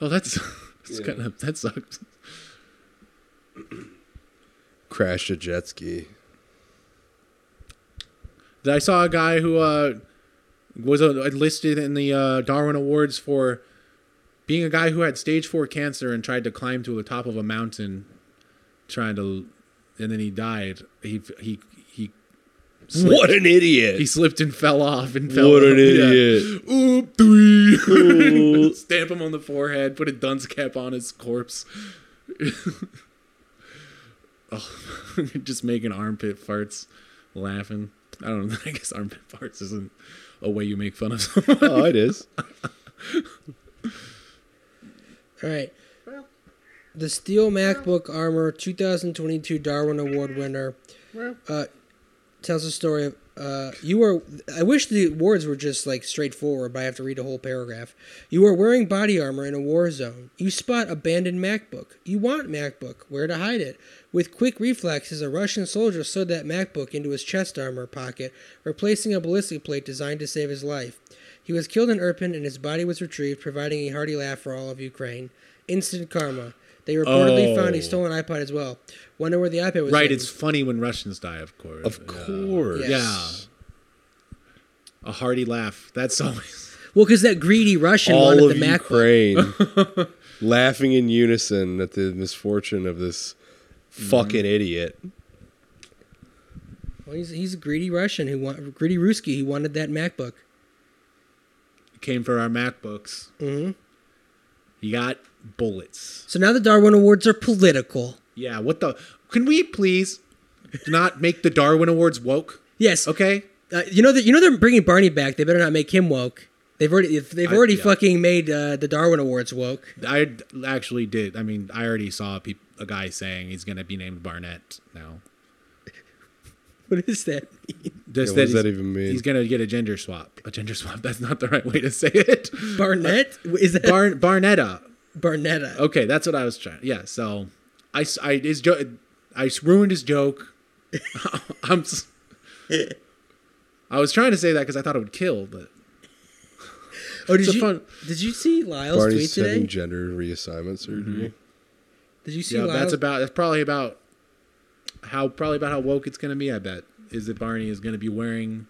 oh, that's that's Yeah. kind of that sucks. Crashed a jet ski. I saw a guy who uh, was uh, listed in the uh, Darwin Awards for being a guy who had stage four cancer and tried to climb to the top of a mountain, trying to, and then he died. He he he. What an idiot! Mm. He slipped and fell off and fell. What an off. Yeah. idiot. Oop, three. Stamp him on the forehead. Put a dunce cap on his corpse. oh, just making armpit farts, laughing. I don't know. I guess armpit farts isn't a way you make fun of someone. Oh, it is. All right. The Steel MacBook Armor 2022 Darwin Award winner uh, tells a story of. Uh, you were. I wish the awards were just like straightforward, but I have to read a whole paragraph. You are wearing body armor in a war zone. You spot abandoned MacBook. You want MacBook. Where to hide it? With quick reflexes, a Russian soldier slid that MacBook into his chest armor pocket, replacing a ballistic plate designed to save his life. He was killed in Irpin and his body was retrieved, providing a hearty laugh for all of Ukraine. Instant karma. They Oh. reportedly found a stolen iPod as well. Wonder where the iPad was. Right, hidden. it's funny when Russians die, of course. Of course. Yes. Yeah. A hearty laugh. That's always well because that greedy Russian All wanted of the Mac. Ukraine laughing in unison at the misfortune of this Mm-hmm. fucking idiot. Well, he's, he's a greedy Russian who want greedy Ruski. He wanted that MacBook. came for our MacBooks. Mm-hmm. hmm You got bullets. So now the Darwin Awards are political. Yeah, what the? Can we please not make the Darwin Awards woke? Yes. Okay. Uh, you know that you know they're bringing Barney back. They better not make him woke. They've already if they've I- already yeah. fucking made uh, the Darwin Awards woke. I d- actually did. I mean, I already saw a, peop a guy saying he's going to be named Barnett now. What does that mean? Just Yeah, what does he's- that even mean? He's going to get a gender swap. A gender swap. That's not the right way to say it. Barnett is that Barn Barnetta. Barnetta? Okay, that's what I was trying. Yeah. So I s- I his jo- I s- ruined his joke. I'm. s- I was trying to say that because I thought it would kill, but Oh, did It's a you fun- did you see Lyle's tweet Barney's today? having gender reassignment surgery. Mm-hmm. Did you see Yeah, Lyle's? that's about. That's probably about how probably about how woke it's gonna be. I bet is that Barney is gonna be wearing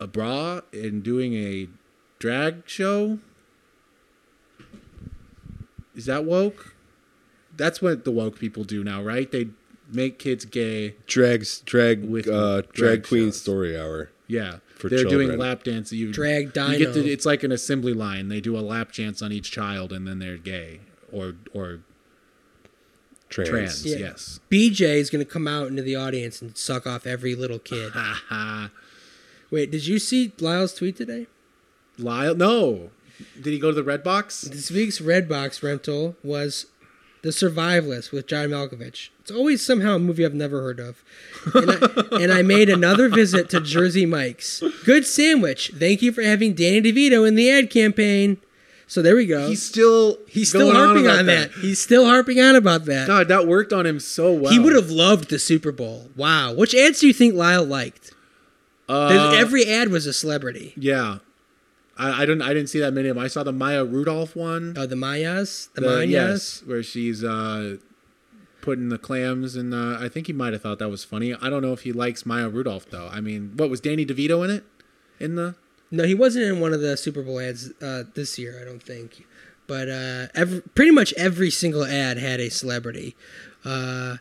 a bra and doing a drag show. Is that woke? That's what the woke people do now, right? They make kids gay. Drags drag With uh, drag drag, queen shows. story hour. Yeah, For they're doing children. lap dance. You Drag You get to, dino. it's like an assembly line. They do a lap dance on each child, and then they're gay or or Trans. trans. Yeah. Yes. BJ is going to come out into the audience and suck off every little kid. Ha ha. Wait, did you see Lyle's tweet today? Lyle, no. Did he go to the red box? This week's Redbox rental was The Survivalist with John Malkovich. It's always somehow a movie I've never heard of. And I, and I made another visit to Jersey Mike's. Good sandwich. Thank you for having Danny DeVito in the ad campaign. So there we go. He's still He's still going harping on, about that. He's still harping on about that. God, that worked on him so well. He would have loved the Super Bowl. Wow. Which ads do you think Lyle liked? Uh, There's- every ad was a celebrity. Yeah, I, I don't. I didn't see that many of them. I saw the Maya Rudolph one. Oh, the Mayas, the, The- Mayas. yes, where she's uh, putting the clams, and uh, I think he might have thought that was funny. I don't know if he likes Maya Rudolph though. I mean, what was Danny DeVito in it? In the No, he wasn't in one of the Super Bowl ads uh, this year, I don't think. But uh, every, pretty much every single ad had a celebrity. Uh,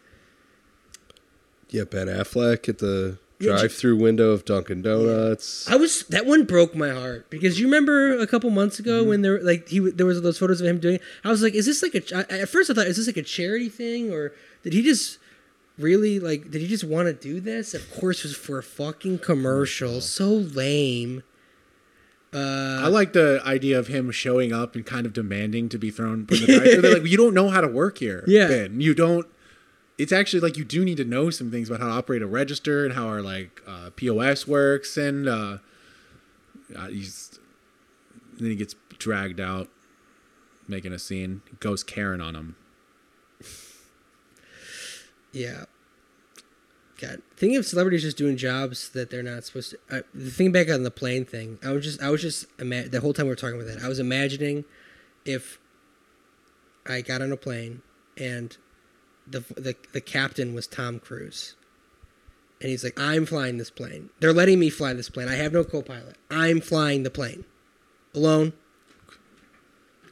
Yeah, Ben Affleck at the drive-through window of Dunkin' Donuts. I was that one broke my heart because you remember a couple months ago when there like he there was those photos of him doing. it? I was like, is this like a? ch- I- At first, I thought, is this like a charity thing or did he just really like? Did he just want to do this? Of course, it was for a fucking commercial. So lame. I like the idea of him showing up and kind of demanding to be thrown. Put in the drive-thru. They're like, you don't know how to work here. Yeah. Ben. You don't. It's actually like you do need to know some things about how to operate a register and how our like uh, POS works, and uh, uh, he's, and then he gets dragged out. making a scene. Goes Karen on him. Yeah. God, thinking of celebrities just doing jobs that they're not supposed to. I, the thing back on the plane thing, I was just, I was just, ima- the whole time we were talking about that, I was imagining if I got on a plane and the the the captain was Tom Cruise, and he's like, "I'm flying this plane. They're letting me fly this plane. I have no co-pilot. I'm flying the plane, alone.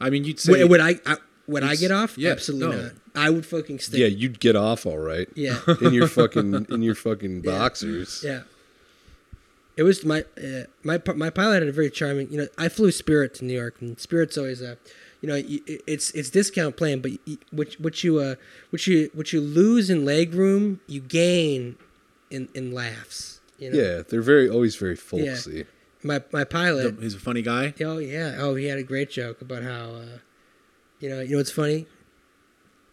I mean, you'd say Would, would I, I would I It's- get off? yeah, Absolutely no. not. I would fucking stay. Yeah, you'd get off all right. Yeah. In your fucking in your fucking boxers. Yeah. It was my uh, my pi- my pilot had a very charming. You know, I flew Spirit to New York, and Spirit's always a, you know, y- i- it's it's discount plane, but y- what what you uh what you what you lose in leg room, you gain in in laughs. You know? Yeah, they're very always very folksy. My my pilot. he's a funny guy. Oh yeah. Oh, he had a great joke about how, uh, you know, you know what's funny.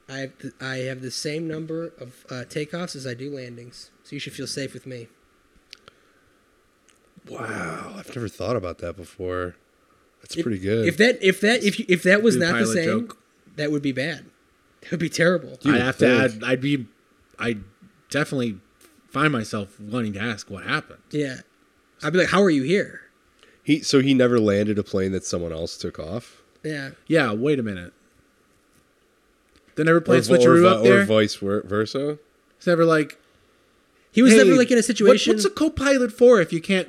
I have th- I have the same number of uh, takeoffs as I do landings, so you should feel safe with me. Wow, I've never thought about that before. That's pretty good. If that if that if you- if that was Good not the pilot same, joke. that would be bad. That would be terrible. You I'd would have to add. think. I'd be. I definitely find myself wanting to ask what happened. Yeah, I'd be like, "How are you here?" he so he never landed a plane that someone else took off. Yeah, Yeah, wait a minute. They never Or, played vi- or, switcheroo vi- up there. or vice ver- versa. it's never like he was hey, never like in a what- situation. what's a co-pilot for if you can't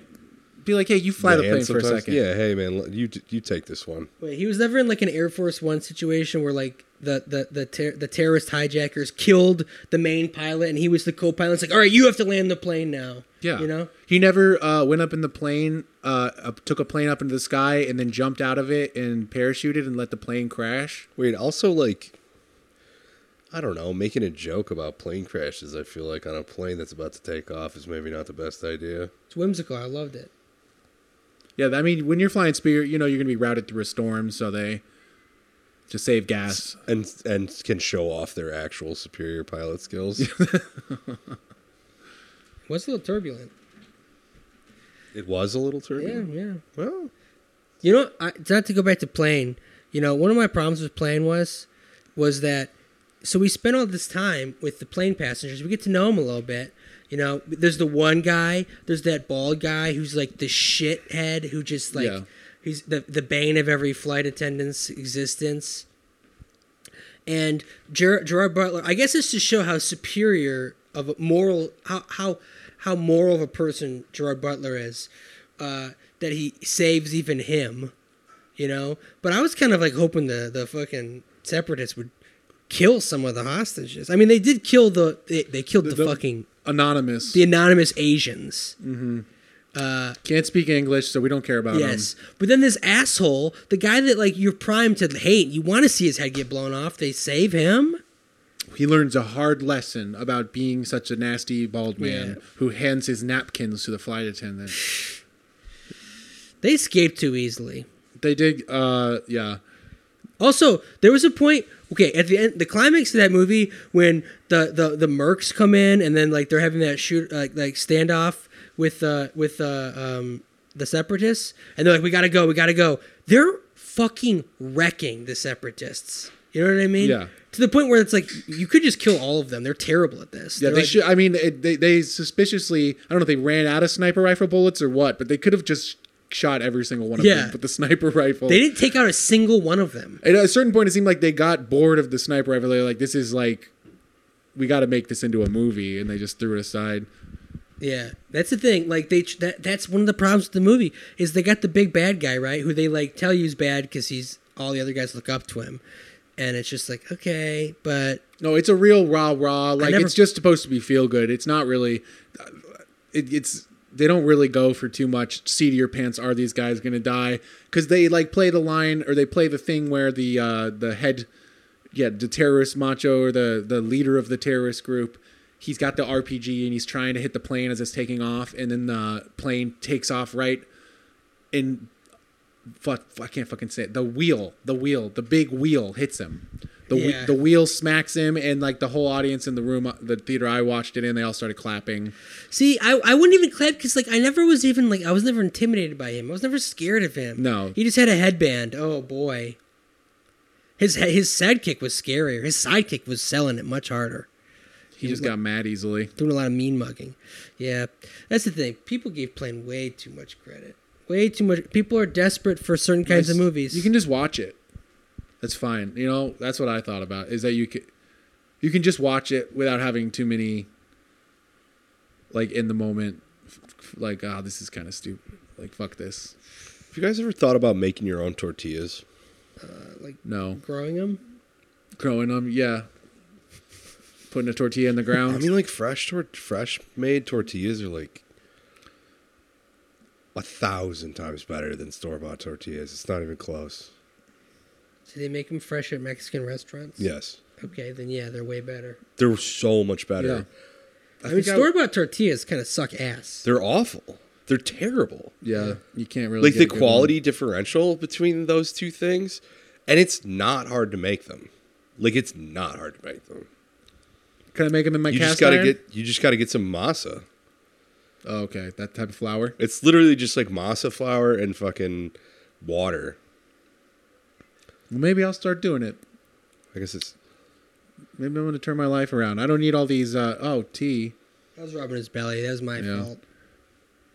be like, hey, you fly the Man, plane for a sometimes- second? Yeah, hey man, l- you t- you take this one. Wait, he was never in like an Air Force One situation where like the the the ter- the terrorist hijackers killed the main pilot and he was the co-pilot. It's like, "All right, you have to land the plane now." Yeah. you know. He never uh, went up in the plane, uh, up, took a plane up into the sky, and then jumped out of it and parachuted and let the plane crash. Wait, also like I don't know, making a joke about plane crashes, I feel like on a plane that's about to take off is maybe not the best idea. It's whimsical. I loved it. Yeah, I mean, when you're flying Spirit, you know you're going to be routed through a storm, so they to save gas. And and can show off their actual superior pilot skills. It was a little turbulent. it was a little Yeah, turbulent. yeah. Well, You know, I, not to go back to plane. You know, one of my problems with plane was, was that, so we spent all this time with the plane passengers. We get to know them a little bit. You know, there's the one guy. There's that bald guy who's like the shithead who just like Yeah. he's the the bane of every flight attendant's existence. And Ger- Gerard Butler, I guess it's to show how superior of a moral, how how how moral of a person Gerard Butler is, uh, that he saves even him, you know. But I was kind of like hoping the the fucking separatists would kill some of the hostages. I mean, they did kill the they, they killed the, the- fucking Anonymous the anonymous Asians. can't speak English, so we don't care about Yes, but then this asshole, the guy that like you're primed to hate, you want to see his head get blown off. They save him. him. He learns a hard lesson about being such a nasty bald man Yeah. who hands his napkins to the flight attendant. They escape too easily. They did, uh, yeah. Also, there was a point. Okay, at the end, the climax of that movie, when the the the mercs come in and then like they're having that shoot like like standoff with uh with uh um the separatists, and they're like, we gotta go, we gotta go. They're fucking wrecking the separatists. You know what I mean? Yeah. To the point where it's like you could just kill all of them. They're terrible at this. Yeah, They're they like- should. I mean, it, they they suspiciously. I don't know if they ran out of sniper rifle bullets or what, but they could have just shot every single one of Yeah. them with the sniper rifle. They didn't take out a single one of them. At a certain point, it seemed like they got bored of the sniper rifle. They're like, "This is like, we got to make this into a movie," and they just threw it aside. Yeah, that's the thing. Like they that that's one of the problems with the movie is they got the big bad guy right, who they like tell you is bad because he's all the other guys look up to him, and it's just like okay, but No, it's a real rah rah. Like never- it's just supposed to be feel good. It's not really. uh, It, it's they don't really go for too much. See to your pants. Are these guys gonna die? Because they like play the line or they play the thing where the uh, the head, yeah, the terrorist macho or the the leader of the terrorist group. He's got the RPG and he's trying to hit the plane as it's taking off, and then the plane takes off right, and fuck, I can't fucking say it. The wheel, the wheel, the big wheel hits him. The whe- Yeah. the wheel smacks him, and like the whole audience in the room, uh, the theater I watched it in, they all started clapping. see, I I wouldn't even clap because like I never was even like I was never intimidated by him. I was never scared of him. No. he just had a headband. Oh boy, His his sidekick was scarier. His sidekick was selling it much harder. He just got mad easily. Doing a lot of mean mugging. Yeah, that's the thing. People gave Plane way too much credit. Way too much. People are desperate for certain kinds of Yes, movies. You can just watch it. That's fine. You know, that's what I thought about is that you can you can just watch it without having too many like in the moment f- f- like ah this is kind of stupid. Like fuck this. Have you guys ever thought about making your own tortillas? like No. growing them. Growing them, yeah. Putting a tortilla in the ground. I mean, like fresh tor- fresh made tortillas are like a thousand times better than store bought tortillas. It's not even close. Do they make them fresh at Mexican restaurants? Yes, Okay, then yeah, they're way better. they're so much better. I, mean, store bought tortillas kind of suck ass. They're awful. They're terrible. yeah, you can't really like get the a good quality differential between those two things, and it's not hard to make them. Like it's not hard to make them. one. Can I make them in my you cast just gotta iron? get you just gotta get some masa. Oh, okay, that type of flour. It's literally just like masa flour and fucking water. Well, maybe I'll start doing it. I guess it's Maybe I'm going to turn my life around. I don't need all these uh oh, tea. I was rubbing his belly. That was my Yeah. fault.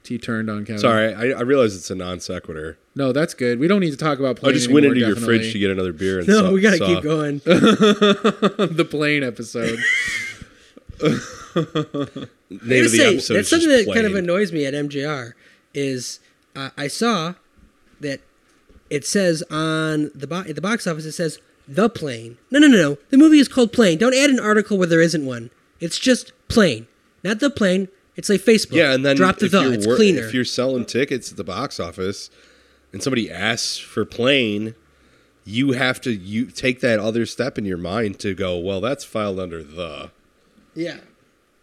Tea turned on Kevin. sorry. I, I realize it's a non sequitur. No, that's good. We don't Oh, need to talk about I plane. just went into anymore, your definitely. fridge to get another beer. And No, saw- we gotta saw- keep going. the plane episode. Name of the gotta episode. that's is just something that kind of plain. annoys me at MJR is uh, I saw that it says on the bo- at the box office it says the plane. No, no, no, no. The movie is called Plane. Don't add an article where there isn't one. It's just plane, not the plane. It's like Facebook. Yeah, and then drop the if the. you're It's wor- cleaner. If you're selling tickets at the box office, and somebody asks for plane, you have to you take that other step in your mind to go. Well, that's filed under the, yeah,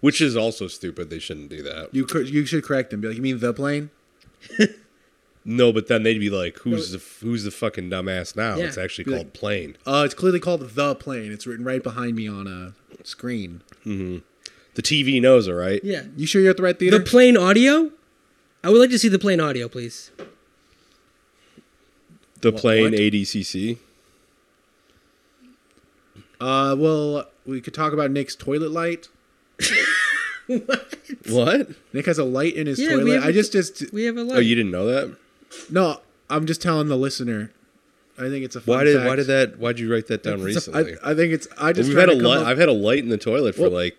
which is also stupid. They shouldn't do that. you cor- you should correct him. Be like, you mean the plane? No, but then they'd be like, "Who's the f- who's the fucking dumbass now?" Yeah. It's actually Be like- called plane. Uh, it's clearly called the plane. It's written right behind me on a screen. The TV knows, all right. yeah. You sure you're at the right theater? The plane audio. I would like to see the plane audio, please. The Wha- plane what? ADCC. uh, well, we could talk about Nick's toilet light. What? Nick has a light in his Yeah, we toilet. have a- I just just We have a lot. Oh, you didn't know that? no. I'm just telling the listener. I think it's a fun Why did fact. why did that? Why'd you write that down recently? I, I think it's. I just We've had a tried to come light. up- I've had a light in the toilet for Well- like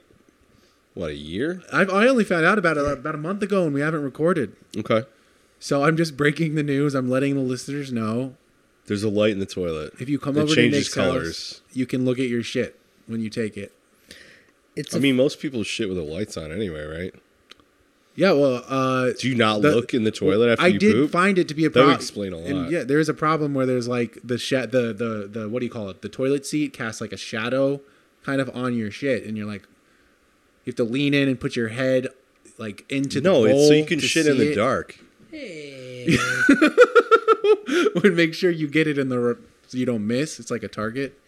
what a year. I've, I only found out about it about a month ago, and we haven't recorded. Okay. So I'm just breaking the news. I'm letting the listeners know There's a light in the toilet. If you come It over to changes Nick's house, you can look at your shit when you take it. it's I a- mean, most people shit with the lights on anyway, right? Yeah, well, uh, Do you not The- look in the toilet after I you did poop? find it to be a That would problem. explain a lot. And yeah, there is a problem where there's like the sha- the the the what do you call it? The toilet seat casts like a shadow, kind of on your shit, and you're like, you have to lean in and put your head like into no, the bowl it's so you can to shit in see the it. dark. and make sure you get it in the r- so you don't miss. It's like a target.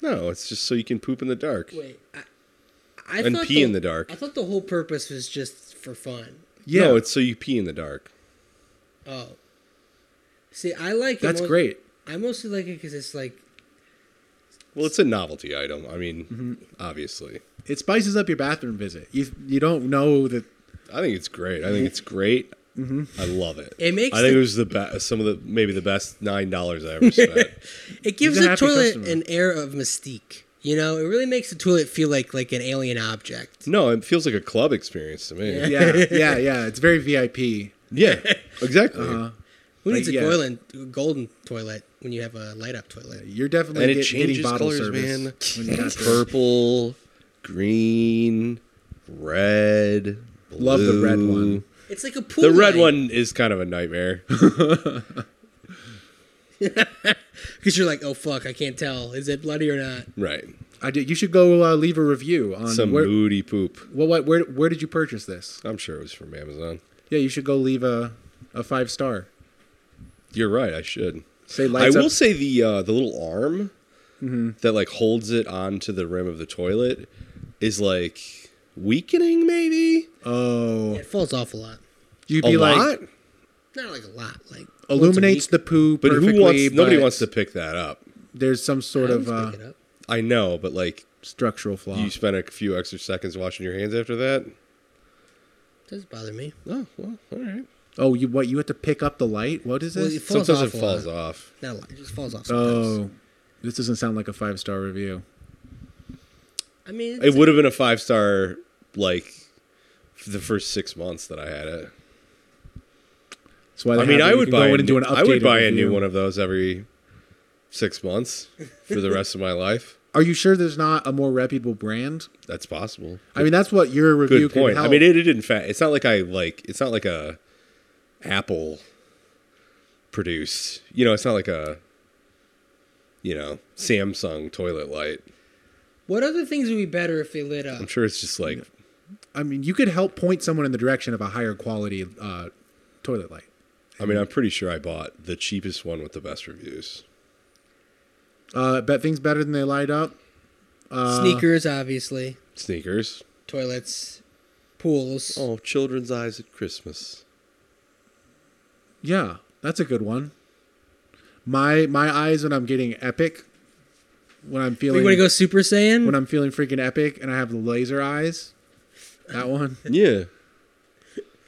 No, it's just so you can poop in the dark. wait. I, I And thought pee in the dark. I thought the whole purpose was just for fun. Yeah, No, it's so you pee in the dark. Oh. See, I like it. that's most- great. I mostly like it because it's like, Well, it's a novelty item. I mean, Mm-hmm. obviously. It spices up your bathroom visit. You you don't know that I think it's great. I think it's great. Mm-hmm. I love it. It makes I think the- it was the best. Some of the maybe the best nine dollars I ever spent. it gives He's a the happy toilet customer. an air of mystique. You know, it really makes the toilet feel like like an alien object. no, it feels like a club experience to me. Yeah, yeah, yeah, yeah. It's very VIP. exactly. Uh-huh. Who needs Like, a yeah. golden golden toilet when you have a light up toilet? You're definitely And it get- getting changes bottle colors, service man. when you got there. Purple, green, red. Blue. Love the red one. It's like a pool. The red light. one is kind of a nightmare. because you're like, oh fuck, I can't tell. Is it bloody or not? right. I did. You should go uh, leave a review on Some where. moody poop. Well, what, where where did you purchase this? I'm sure it was from Amazon. Yeah, you should go leave a a five star. You're right. I should. Say I lights will up. Mm-hmm. say the uh, the little arm that like holds it onto the rim of the toilet is like weakening, maybe Oh, It falls off a lot. you'd a be like lot. Not like a lot. Like once a illuminates week. the poo But perfectly. who wants? Nobody but- wants to pick that up. there's some sort of uh, I know, but like structural flaw. you spent a few extra seconds washing your hands after that. doesn't bother me. Oh well, all right. Oh, you what? You have to pick up the light. What is Well, this? it falls Sometimes off. it a falls lot. off. Not a lot. It just falls off. Sometimes. oh, this doesn't sound like a five star review. I mean, It would have been a five star like f- the first six months that I had it. That's why they I mean, have it. I You would can go buy. in A and do new, an I would updated buy a new review. one of those every six months for the rest of my life. Are you sure there's not a more reputable brand? That's possible. I mean, that's what your review Good can point. I help. mean, it, it didn't. Fa- it's not like I like. It's not like a Apple produced. You know, it's not like a you know Samsung toilet light. what other things would be better if they lit up? I'm sure it's just like I mean, you could help point someone in the direction of a higher quality uh, toilet light. I mean, I'm pretty sure I bought the cheapest one with the best reviews. Uh, bet things better than they light up. Uh, Sneakers, obviously. Sneakers. Toilets, pools. Oh, children's eyes at Christmas. Yeah, that's a good one. My my eyes when I'm getting epic, when I'm we feeling want to go Super Saiyan. when I'm feeling freaking epic, and I have the laser eyes. That one, Yeah.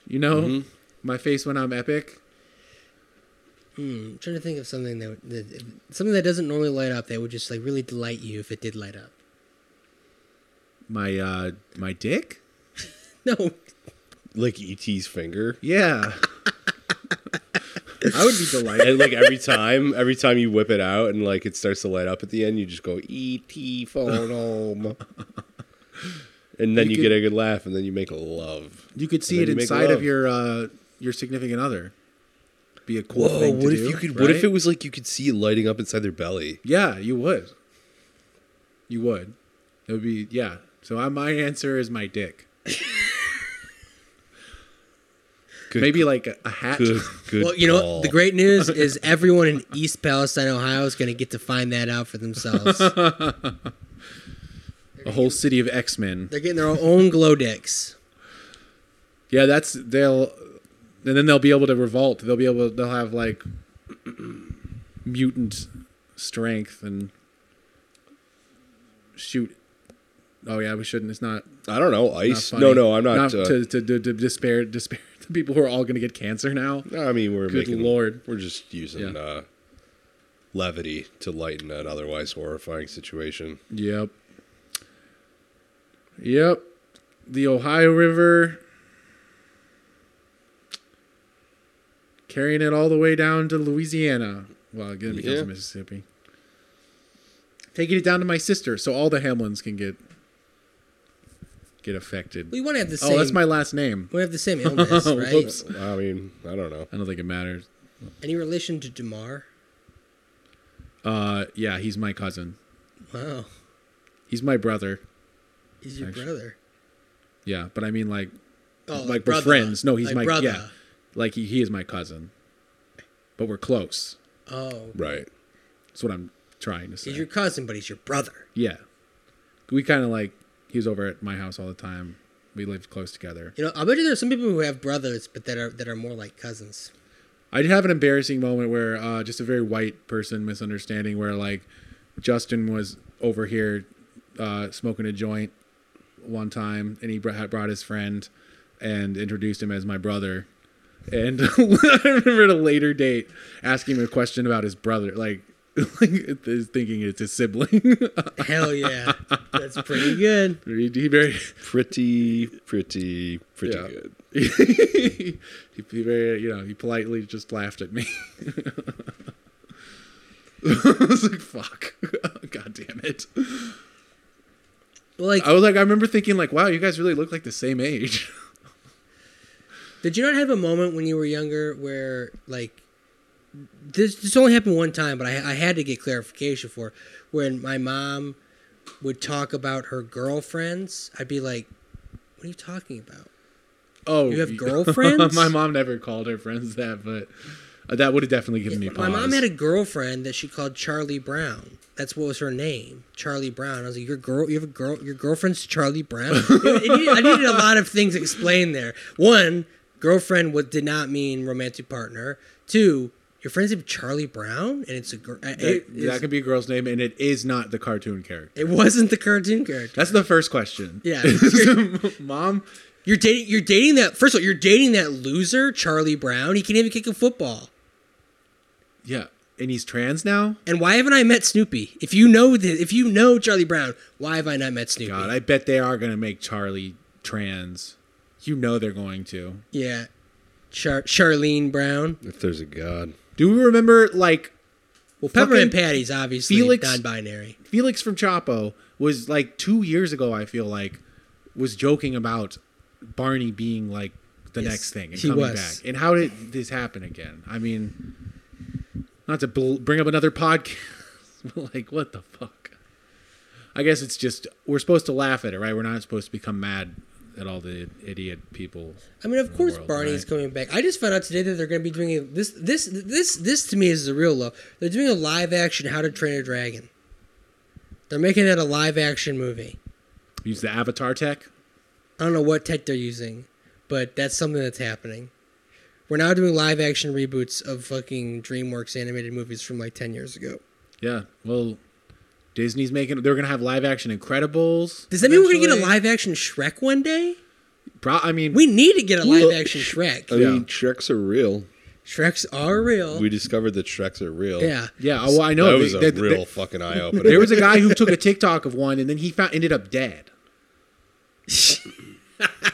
you know, Mm-hmm. my face when I'm epic. I'm trying to think of something that, would- that something that doesn't normally light up that would just like really delight you if it did light up. My uh my dick. No, Like ET's finger. Yeah. I would be delighted. And like every time, every time you whip it out and like it starts to light up at the end, you just go ET phone home. And then You you, get could- a good laugh, and then you make a love. You could see And it then you make inside of love. your uh your significant other. Be a cool thing to what if do, you could? What if right? it was like you could see it lighting up inside their belly? Yeah, you would. You would. It would be yeah. So I, my answer is my dick. Good, Maybe like a, a hat. good, good. well, you know call. what? The great news is everyone in East Palestine, Ohio, is going to get to find that out for themselves. They're A whole city of X Men. getting their own glow dicks. Yeah, that's they'll, and then they'll be able to revolt. They'll be able. They'll have like mutant strength and shoot. Oh yeah, we shouldn't. It's not. I don't know. not Ice? funny. no, no, I'm not. uh, to, to, to, to despair despair the people who are all going to get cancer now. No, I mean we're Good making Lord. We're just using Yeah. uh, levity to lighten an otherwise horrifying situation. Yep. Yep. The Ohio River carrying it all the way down to Louisiana. Well, again, it becomes Yeah. Mississippi. Taking it down to my sister, so all the Hamlins can get get affected. We want to have the same. Oh, that's my last name. We have the same illness, right? Whoops. I mean, I don't know. I don't think it matters. Any relation to Demar? Uh, yeah, he's my cousin. Wow, He's my brother. he's your Actually- brother. Yeah, but I mean like Oh, like we're brother. friends. No, he's Like my brother. yeah. Like he, he is my cousin. But we're close. Oh, Right. That's what I'm trying to say. he's your cousin, but he's your brother. yeah. We kind of like he was over at my house all the time. We lived close together. You know, I bet you there are some people who have brothers, but that are that are more like cousins. I did have an embarrassing moment where uh, just a very white person misunderstanding where like Justin was over here uh, smoking a joint one time and he br- had brought his friend and introduced him as my brother. And I remember at a later date asking him a question about his brother, like, like is thinking it's his sibling. Hell yeah, that's pretty good. he, he very Pretty, pretty, pretty Yeah. good. he, he very you know he politely just laughed at me. I was like, "Fuck, god damn it!" Well, like, I was like, I remember thinking like, "Wow, you guys really look like the same age." did you not have a moment when you were younger where like this this only happened one time, but I I had to get clarification for when my mom would talk about her girlfriends. I'd be like, "What are you talking about?" Oh, You have girlfriends? My mom never called her friends that, but uh, that would have definitely given me My pause. mom had a girlfriend that she called Charlie Brown. That's what was her name, Charlie Brown. I was like, your girl, you have a girl, your girlfriend's Charlie Brown. It- it needed- I needed a lot of things explained there. One, girlfriend was, did not mean romantic partner. Two, Your friend's name Charlie Brown, and it's a girl. It, That, it's- that could be a girl's name, and it is not the cartoon character. it wasn't the cartoon character. That's the first question. Yeah, mom. You're dating. You're dating that. First of all, you're dating that loser, Charlie Brown. He can't even kick a football. Yeah, and he's trans now. And why haven't I met Snoopy? If you know the, if you know Charlie Brown, why have I not met Snoopy? God, I bet they are gonna make Charlie trans. You know they're going to. yeah, Char- Charlene Brown. If there's a god, Do we remember like Well, Peppermint Fucking Patty's obviously Felix- non-binary. Felix from Chapo was like two years ago? I feel like was joking about Barney being like the Yes, next thing and he coming was. back. And how did this happen again? I mean, not to bl- bring up another podcast, but like what the fuck? I guess it's just we're supposed to laugh at it, right? We're not supposed to become mad at all the idiot people. I mean, of course, world, Barney's right? coming back. I just found out today that they're going to be doing a, this. This, this, this to me is the real love. They're doing a live-action How to Train a Dragon. They're making that a live-action movie. Use the avatar tech. I don't know what tech they're using, but that's something that's happening. We're now doing live-action reboots of fucking DreamWorks animated movies from like ten years ago. Yeah. Well, Disney's making. They're gonna have live action Incredibles. Does that mean we're going to get a eventually. live-action Shrek one day? Pro- I mean, We need to get a live-action Shrek. I Yeah. mean, Shreks are real. Shreks are real. We discovered that Shreks are real. yeah. yeah. Well, I know that they- was a they- real they- fucking eye there opener. was a guy who took a TikTok of one, and then he found, ended up dead.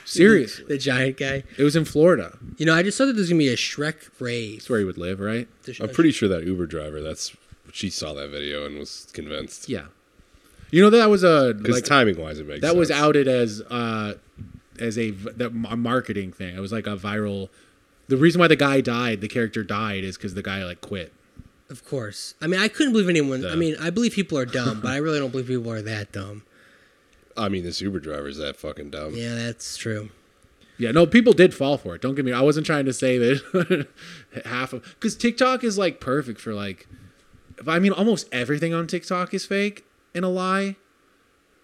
Seriously, The giant guy. it was in Florida. You know, I just saw that there's gonna be a Shrek rave. That's where he would live, right? I'm pretty sure that Uber driver. That's she saw that video and was convinced. Yeah. You know that was a because like timing wise, it makes that was sense. outed as uh as a v- that, a marketing thing. It was like a viral. The reason why the guy died, the character died, is because the guy like quit. Of course. I mean, I couldn't believe anyone. I Yeah. mean, I believe people are dumb, but I really don't believe people are that dumb. I mean, this Uber driver's that fucking dumb. Yeah, that's true. Yeah, no, people did fall for it. Don't get me. I wasn't trying to say that half of because TikTok is like perfect for like. if- I mean, almost everything on TikTok is fake and a lie,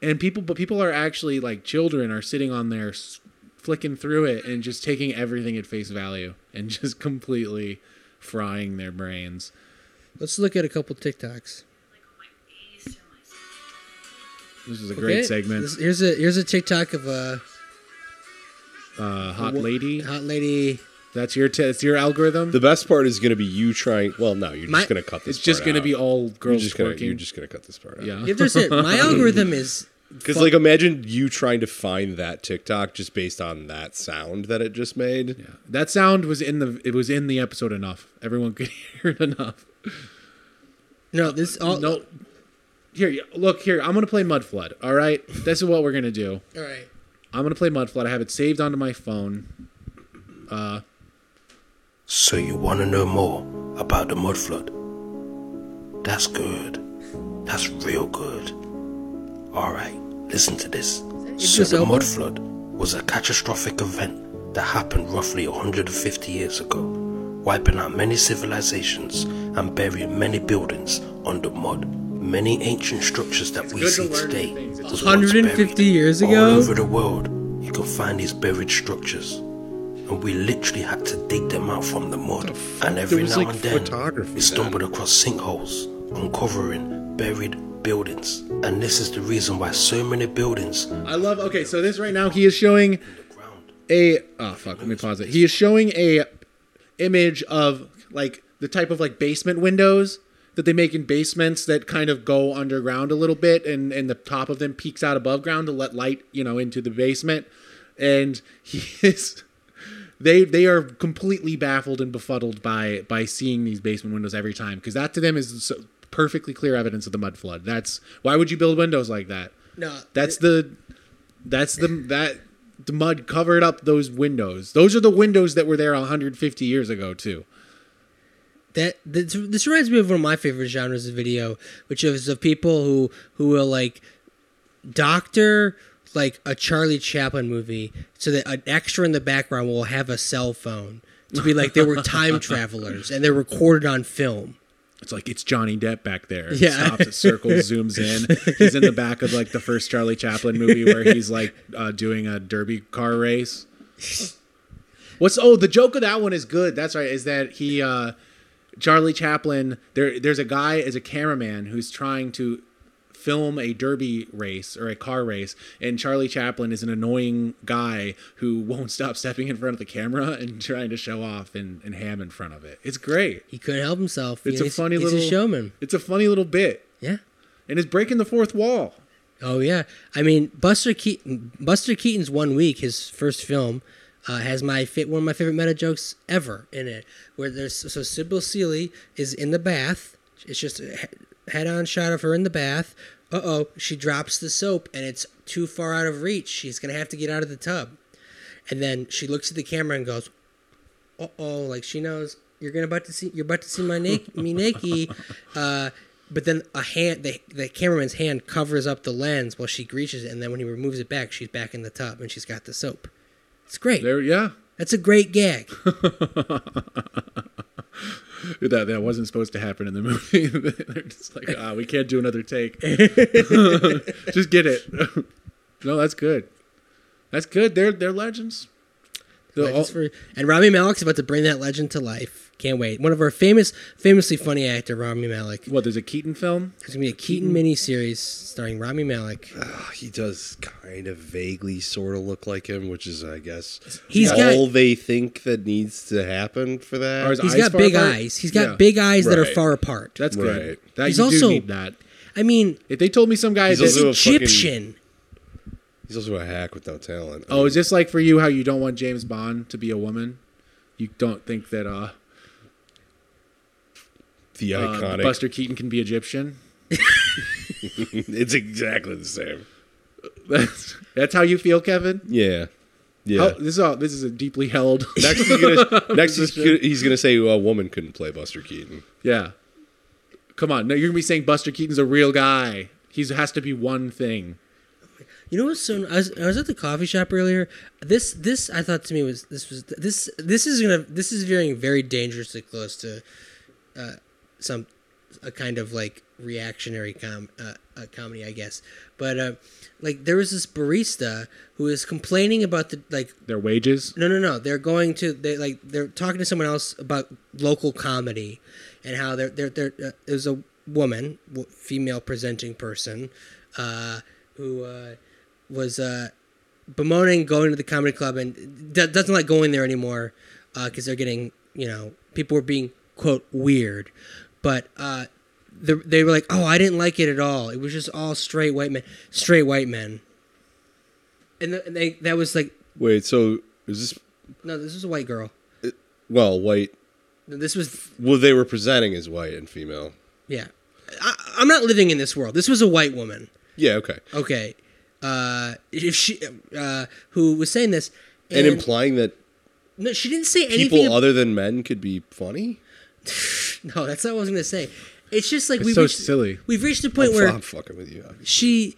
and people, but people are actually like children are sitting on there, s- flicking through it and just taking everything at face value and just completely frying their brains. Let's look at a couple TikToks. This is a great Okay? segment. This- here's a here's a TikTok of a uh, hot lady, hot lady. that's your t- that's your algorithm. The best part is going to be you trying. Well, no, you're My- just going to cut this. it's just part going to out. be all You're girls just going twerking. to you're just going to cut this part out. yeah. If there's a, my algorithm is Because like imagine you trying to find that TikTok just based on that sound that it just made. That sound was in the it was in the episode enough. Everyone could hear it enough. no this all No. Here, you- look here. I'm gonna play Mudflood. All right, this is what we're gonna do. All right. I'm gonna play Mudflood. I have it saved onto my phone. So you want to know more about the mud flood? That's good. That's real good. All right, listen to this. So Idris the Elba? mud flood was a catastrophic event that happened roughly 150 years ago, wiping out many civilizations and burying many buildings under mud. Many ancient structures that we good see to learn today things. was once 150 buried. years ago? All over the world, you can find these buried structures and we literally had to dig them out from the mud. and every was, now like, and then, photography we stumbled across sinkholes, uncovering buried buildings. And this is the reason why so many buildings I love. Okay, so this right now he is showing a. Oh fuck! Let me pause it. He is showing a image of like the type of like basement windows that they make in basements that kind of go underground a little bit and and the top of them peeks out above ground to let light you know into the basement and he is they they are completely baffled and befuddled by by seeing these basement windows every time because that to them is so perfectly clear evidence of the mud flood that's why would you build windows like that No, that's the that's the that the mud covered up those windows those are the windows that were there 150 years ago too that this, this reminds me of one of my favorite genres of video, which is of people who who will like doctor like a Charlie Chaplin movie, so that an extra in the background will have a cell phone to be like they were time travelers and they're recorded on film. it's like it's Johnny Depp back there. It Yeah. stops, it circles, zooms in. He's in the back of like the first Charlie Chaplin movie where he's like uh, doing a derby car race. What's oh the joke of that one is good. That's right. Is that he uh Charlie Chaplin. There, there's a guy as a cameraman who's trying to film a derby race or a car race, and Charlie Chaplin is an annoying guy who won't stop stepping in front of the camera and trying to show off and, and ham in front of it. It's great. He couldn't help himself. It's a Yeah, he's- funny he's little showman. It's a funny little bit. Yeah. And it's breaking the fourth wall. Oh yeah, I mean Buster Keaton. Buster Keaton's One Week, his first film, uh, has my fa- one of my favorite meta jokes ever in it. Where there's so Sybil Seeley is in the bath. It's just a he- head-on shot of her in the bath. Uh oh, she drops the soap and it's too far out of reach. She's gonna have to get out of the tub, and then she looks at the camera and goes, "Uh oh!" Like she knows you're gonna about to see you're about to see my na- me naked. Uh, but then a hand, the, the cameraman's hand covers up the lens while she reaches it, and then when he removes it back, she's back in the tub and she's got the soap. It's great. There, yeah. That's a great gag. That that wasn't supposed to happen in the movie. They're just like, ah, we can't do another take. just get it. no, that's good. That's good. They're they're legends. The- Legends for- and Rami Malek's about to bring that legend to life. Can't wait. One of our famous, famously funny actor, Rami Malek. What? There's a Keaton film. There's gonna be a Keaton, mini series starring Rami Malek. Ah, He does kind of vaguely sort of look like him, which is, I guess, He's got- all they think that needs to happen for that. He's got big eyes. He's got big eyes that are far apart. That's good. Right. That He's you also- do need that. I mean, If they told me some guy He's that, also a fucking- Egyptian. He's also a hack with no talent. oh, is this like for you how you don't want James Bond to be a woman? You don't think that uh, the uh, iconic? Buster Keaton can be Egyptian? it's exactly the same. That's that's how you feel, Kevin. Yeah, Oh. yeah. How- Oh, this is all, this is a deeply held. next, he's gonna, next he's, position. gonna, he's gonna say a woman couldn't play Buster Keaton. Yeah. Come on. No, you're gonna be saying Buster Keaton's a real guy. He's has to be one thing. You know what's so? I was, I was at the coffee shop earlier. This this I thought to me was this was this this is gonna this is veering very dangerously close to uh, some a kind of like reactionary com uh, a comedy, I guess. But uh, like there was this barista who is complaining about the like Their wages. no, no, no. They're going to they like they're talking to someone else about local comedy, and how there there there uh, there's a woman, w- female presenting person, uh, who uh, was uh, bemoaning going to the comedy club and d- doesn't like going there anymore because they're getting you know people were being quote weird, but uh, they they were like oh I didn't like it at all. It was just all straight white men, straight white men. And, th- and they, that was like Wait, so is this no, this was a white girl. well white? No, This was Well, they were presenting as white and female. yeah. I, I'm not living in this world. This was a white woman. Yeah, okay. Okay, uh, if she uh, who was saying this, And, implying that no, she didn't say anything. people other than men could be funny. no, that's not what I was gonna say. It's just like It's we've so reached, silly. We've reached the point I'm, where I'm fucking with you. obviously. she,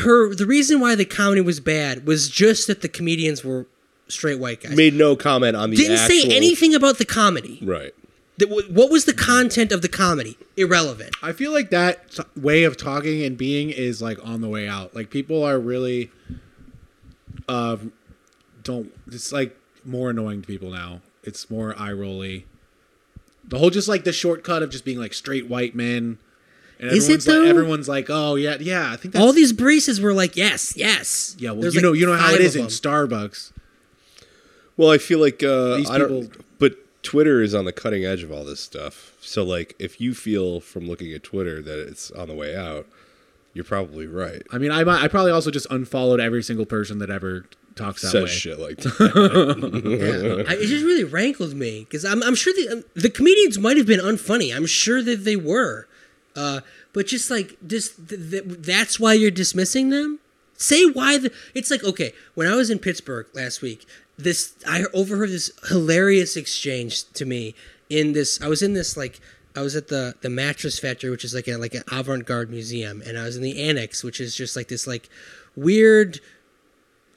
her, the reason why the comedy was bad was just that the comedians were straight white guys. Made no comment on the didn't actual, say anything about the comedy. Right. That w- What was the content of the comedy? Irrelevant. I feel like that t- way of talking and being is like on the way out. Like people are really, uh, don't. It's like more annoying to people now. It's more eye rolly. The whole just like the shortcut of just being like straight white men. And Is everyone's it though? Like, everyone's like, oh yeah, yeah. I think that's All these baristas were like, yes, yes. yeah. Well, There's you like know, you know how five it of is in them. Starbucks. Well, I feel like uh, These I don't. people- But Twitter is on the cutting edge of all this stuff. So, like, if you feel from looking at Twitter that it's on the way out, you're probably right. I mean, I might, I probably also just unfollowed every single person that ever talks that Says way. shit like that. I, it just really rankled me because I'm, I'm sure the um, the comedians might have been unfunny. I'm sure that they were, uh, but just like just th- th- that's why you're dismissing them. Say why the it's like okay. When I was in Pittsburgh last week, this I overheard this hilarious exchange to me in this. I was in this like I was at the the mattress factory, which is like a, like an avant garde museum, and I was in the annex, which is just like this like weird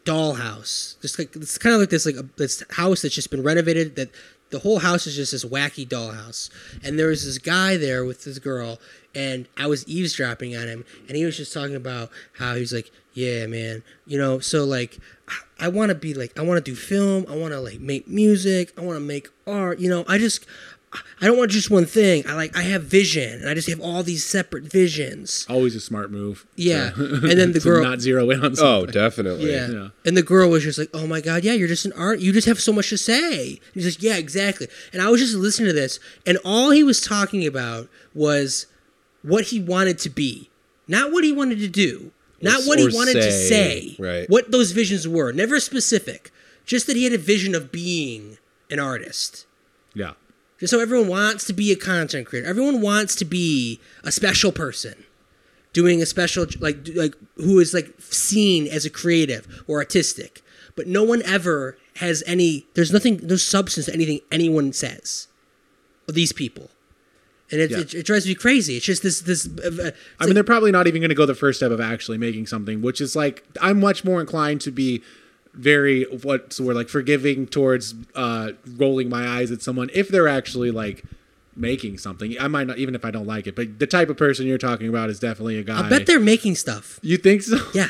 dollhouse. Just like it's kind of like this like a, this house that's just been renovated. That the whole house is just this wacky dollhouse. And there was this guy there with this girl, and I was eavesdropping on him, and he was just talking about how he's like, yeah, man, you know, so like. I- I want to be like I want to do film. I want to like make music. I want to make art. You know, I just I don't want just one thing. I like I have vision, and I just have all these separate visions. Always a smart move. Yeah, to- and then the to girl not zero in on Oh, something. definitely. Yeah. And the girl was just like, "Oh my god, yeah, you're just an art. You just have so much to say." He's like, "Yeah, exactly." And I was just listening to this, and all he was talking about was what he wanted to be, not what he wanted to do, not Or- what he or wanted to say, say, right. What those visions were, never specific, just that he had a vision of being an artist. Yeah. Just so everyone wants to be a content creator. Everyone wants to be a special person doing a special like do- like who is like seen as a creative or artistic. But no one ever has any there's nothing no substance to anything anyone says. of These people. And it, Yeah. it, it drives me crazy. It's just this this uh, I mean, they're probably not even going to go the first step of actually making something, which is like I'm much more inclined to be very what's the word like forgiving towards uh, rolling my eyes at someone if they're actually like making something. I might not even if I don't like it, but the type of person you're talking about is definitely a guy. I bet they're making stuff. You think so? Yeah.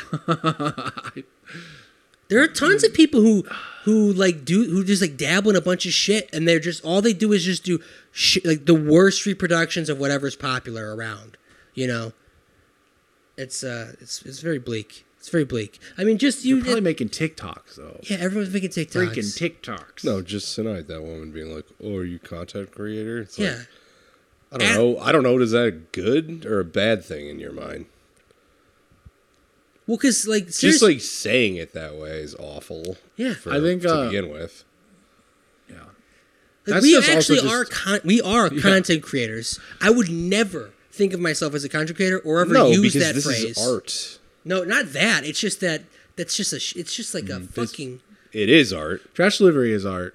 there are tons of people who who like do who just like dabble in a bunch of shit and they're just all they do is just do sh- like the worst reproductions of whatever's popular around, you know. It's uh it's it's very bleak. It's very bleak. I mean just you They're probably making TikToks though. Yeah, everyone's making TikToks. Freaking TikToks. No, just tonight that woman being like, "Oh, are you content creator?" It's Yeah. Like, I don't know. I don't know. Is that a good or a bad thing in your mind? Well, cuz like Just seriously like saying it that way is awful. Yeah. for- I think, to uh, begin with. Like, That we stuff's also actually just- are con- we are content creators. I would never think of myself as a content creator or ever No, use because that this phrase. is art. No, not that. It's just that that's just a sh- it's just like a fucking It is art. Trash delivery is art.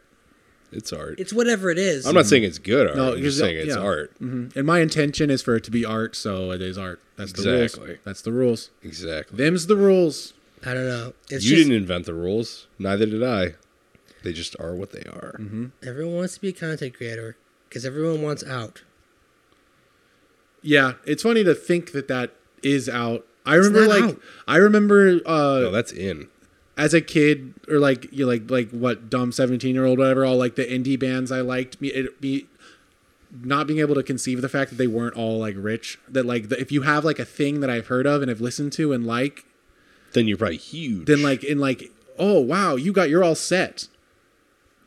It's art. it's whatever it is. I'm not saying it's good art. No, I'm because, just saying it's Oh, yeah. art. Mhm. And my intention is for it to be art, so it is art. That's the rules. Exactly. That's the rules. Exactly. Them's the rules. I don't know. It's you just didn't invent the rules. Neither did I. They just are what they are. Mm-hmm. everyone wants to be a content creator because everyone wants out. Yeah, it's funny to think that that is out. I remember not like out. I remember uh No, that's in. as a kid or like you know, like like what dumb 17 year old whatever all like the indie bands I liked me it me not being able to conceive of the fact that they weren't all like rich that like the, if you have like a thing that I've heard of and have listened to and like Then you're probably huge. then like in like oh wow you got you're all set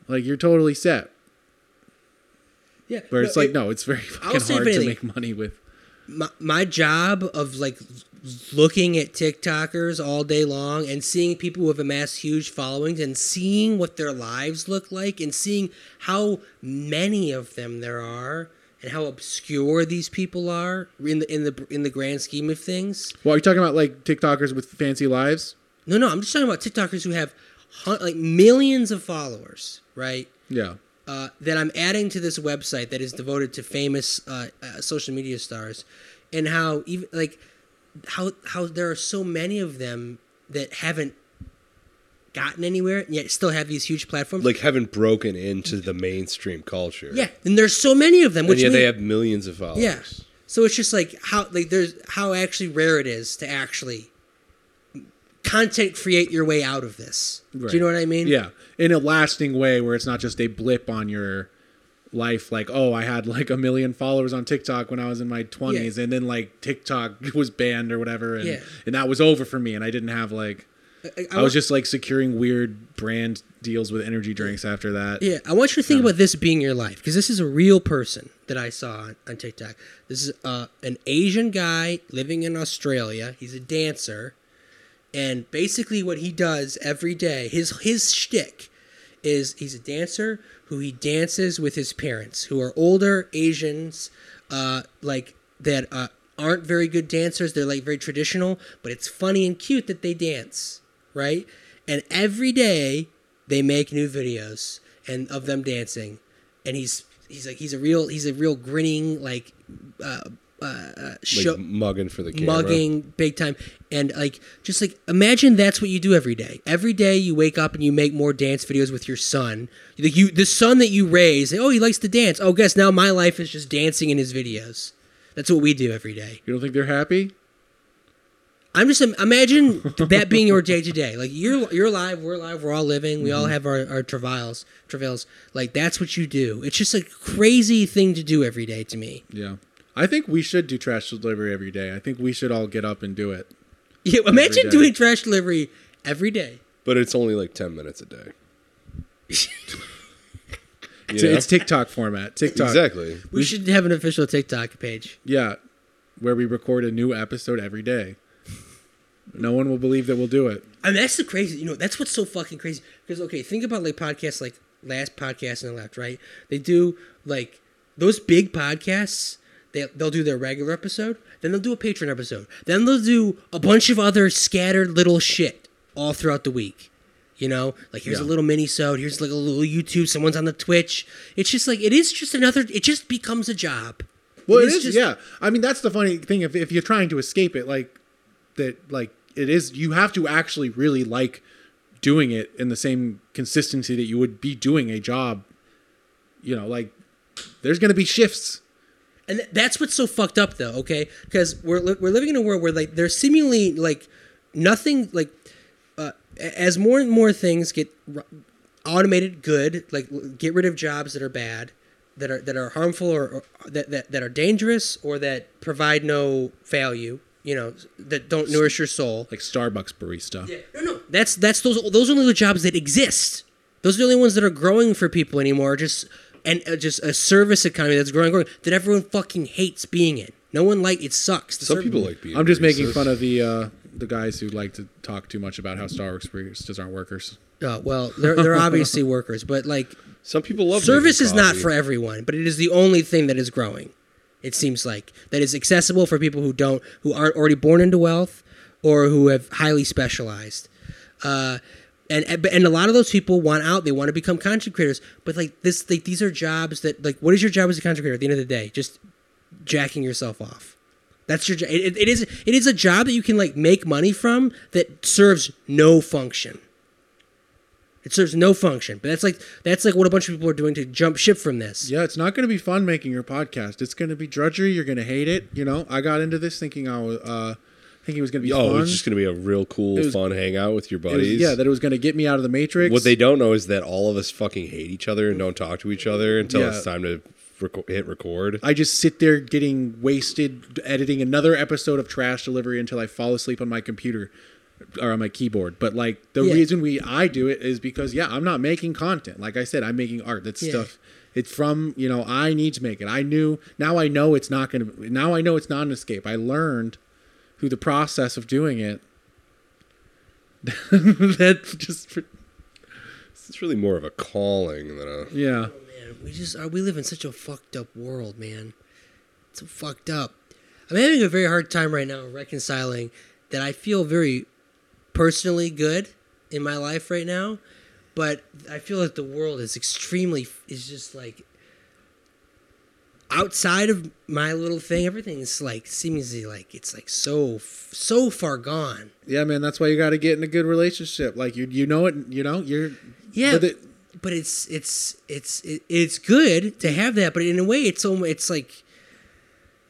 like you're totally set Yeah, where it's like it- no it's very fucking say if hard to anything- make money with my, my job of like looking at TikTokers all day long and seeing people who have amassed huge followings and seeing what their lives look like and seeing how many of them there are and how obscure these people are in the in the in the grand scheme of things. well are you talking about like TikTokers with fancy lives No, no, I'm just talking about TikTokers who have hun- like millions of followers, right? yeah uh, that I'm adding to this website that is devoted to famous uh, uh, social media stars, and how even like how how there are so many of them that haven't gotten anywhere and yet still have these huge platforms. like haven't broken into the mainstream culture. yeah, and there's so many of them, And which yeah, mean- they have millions of followers. yeah. So it's just like how like there's how actually rare it is to actually content create your way out of this. Do you know what I mean? Yeah, in a lasting way where it's not just a blip on your life. Like, oh, I had like a million followers on TikTok when I was in my twenties, and then like TikTok was banned or whatever, and Yeah. and that was over for me, and I didn't have like. I- I I was wa- just like securing weird brand deals with energy drinks after that. Yeah, I want you to think about this being your life because this is a real person that I saw on, on TikTok. This is uh, an Asian guy living in Australia. He's a dancer, and basically what he does every day, his his shtick, is he's a dancer who he dances with his parents, who are older Asians, uh, like that uh, aren't very good dancers. They're like very traditional, but it's funny and cute that they dance, right? And every day they make new videos and of them dancing, and he's he's like he's a real he's a real grinning like uh, uh, uh, Like show mugging for the camera. mugging big time and like just like imagine that's what you do every day every day you wake up and you make more dance videos with your son like you the son that you raise oh he likes to dance oh guess now my life is just dancing in his videos that's what we do every day You don't think they're happy? I'm just imagine that being your day to day. Like you're you're alive, we're alive, we're all living, we all Mhm. have our, our travails, travails. Like that's what you do. It's just a crazy thing to do every day to me. Yeah. I think we should do trash delivery every day. I think we should all get up and do it. Yeah, Every imagine day. doing trash delivery every day. But it's only like 10 minutes a day. You It's- know? It's TikTok format. TikTok. Exactly. We, should have an official TikTok page. Yeah. Where we record a new episode every day. No one will believe that we'll do it. I mean, that's the crazy. You know, that's what's so fucking crazy. Because okay, think about like podcasts, like last podcast and the left, right? They do like those big podcasts. They they'll do their regular episode, then they'll do a Patreon episode, then they'll do a bunch of other scattered little shit all throughout the week. You know, like here's a Yeah. little mini sode, here's like a little YouTube, someone's on the Twitch. It's just like it is just another. It just becomes a job. Well, It it is. just- yeah. I mean, that's the funny thing. If, if you're trying to escape it, like that, like it is, you have to actually really like doing it in the same consistency that you would be doing a job. You know, like there's going to be shifts. And th- that's what's so fucked up, though. Okay, because we're li- we're living in a world where like there's seemingly like nothing like uh, a- as more and more things get r- automated, good like l- get rid of jobs that are bad, that are that are harmful or, or that, that that are dangerous or that provide no value. You know that don't nourish your soul. Like Starbucks barista. Yeah. No, no. That's that's those those are only the jobs that exist. Those are the only ones that are growing for people anymore. Just and uh, just a service economy that's growing, growing that everyone fucking hates being in. No one like it sucks. The serv- I'm just making fun of the uh, the guys who like to talk too much about how Starbucks baristas aren't workers. Uh, well, they're they're obviously workers, but like some people love service making is not coffee. for everyone, but it is the only thing that is growing. It seems like that is accessible for people who don't who aren't already born into wealth or who have highly specialized. Uh, and and- and a lot of those people want out. They want to become content creators, but like this, like these are jobs that like what is your job as a content creator at the end of the day? Just jacking yourself off. That's your. jo- It, it, it is. It is a job that you can like make money from that serves no function. It serves no function. But that's like that's like what a bunch of people are doing to jump ship from this. Yeah, it's not going to be fun making your podcast. It's going to be drudgery. You're going to hate it. You know, I got into this thinking I was uh, thinking it was going to be Oh, fun. it's just going to be a real cool, It was- fun hangout with your It was- buddies. yeah, that it was going to get me out of the matrix. What they don't know is that all of us fucking hate each other and don't talk to each other until Yeah. it's time to reco- hit record. I just sit there getting wasted editing another episode of Trash Delivery until I fall asleep on my computer or on my keyboard. But like the Yeah. reason we I do it is because yeah, I'm not making content. Like I said, I'm making art. That's Yeah. stuff. It's from you know I need to make it. I knew now I know it's not gonna. Now I know it's not an escape. I learned through the process of doing it. that just It's really more of a calling than a. yeah. Man, we just are. We live in such a fucked up world, man. It's so fucked up. I'm having a very hard time right now reconciling that I feel very personally good in my life right now, but I feel like the world is extremely is just like outside of my little thing. Everything is like seemingly like it's like so so far gone. Yeah, man, that's why you got to get in a good relationship. Like you, you know it. You know you're. Yeah, but but, it- it's it's it's it, it's good Mm. to have that, but in a way, it's almost it's like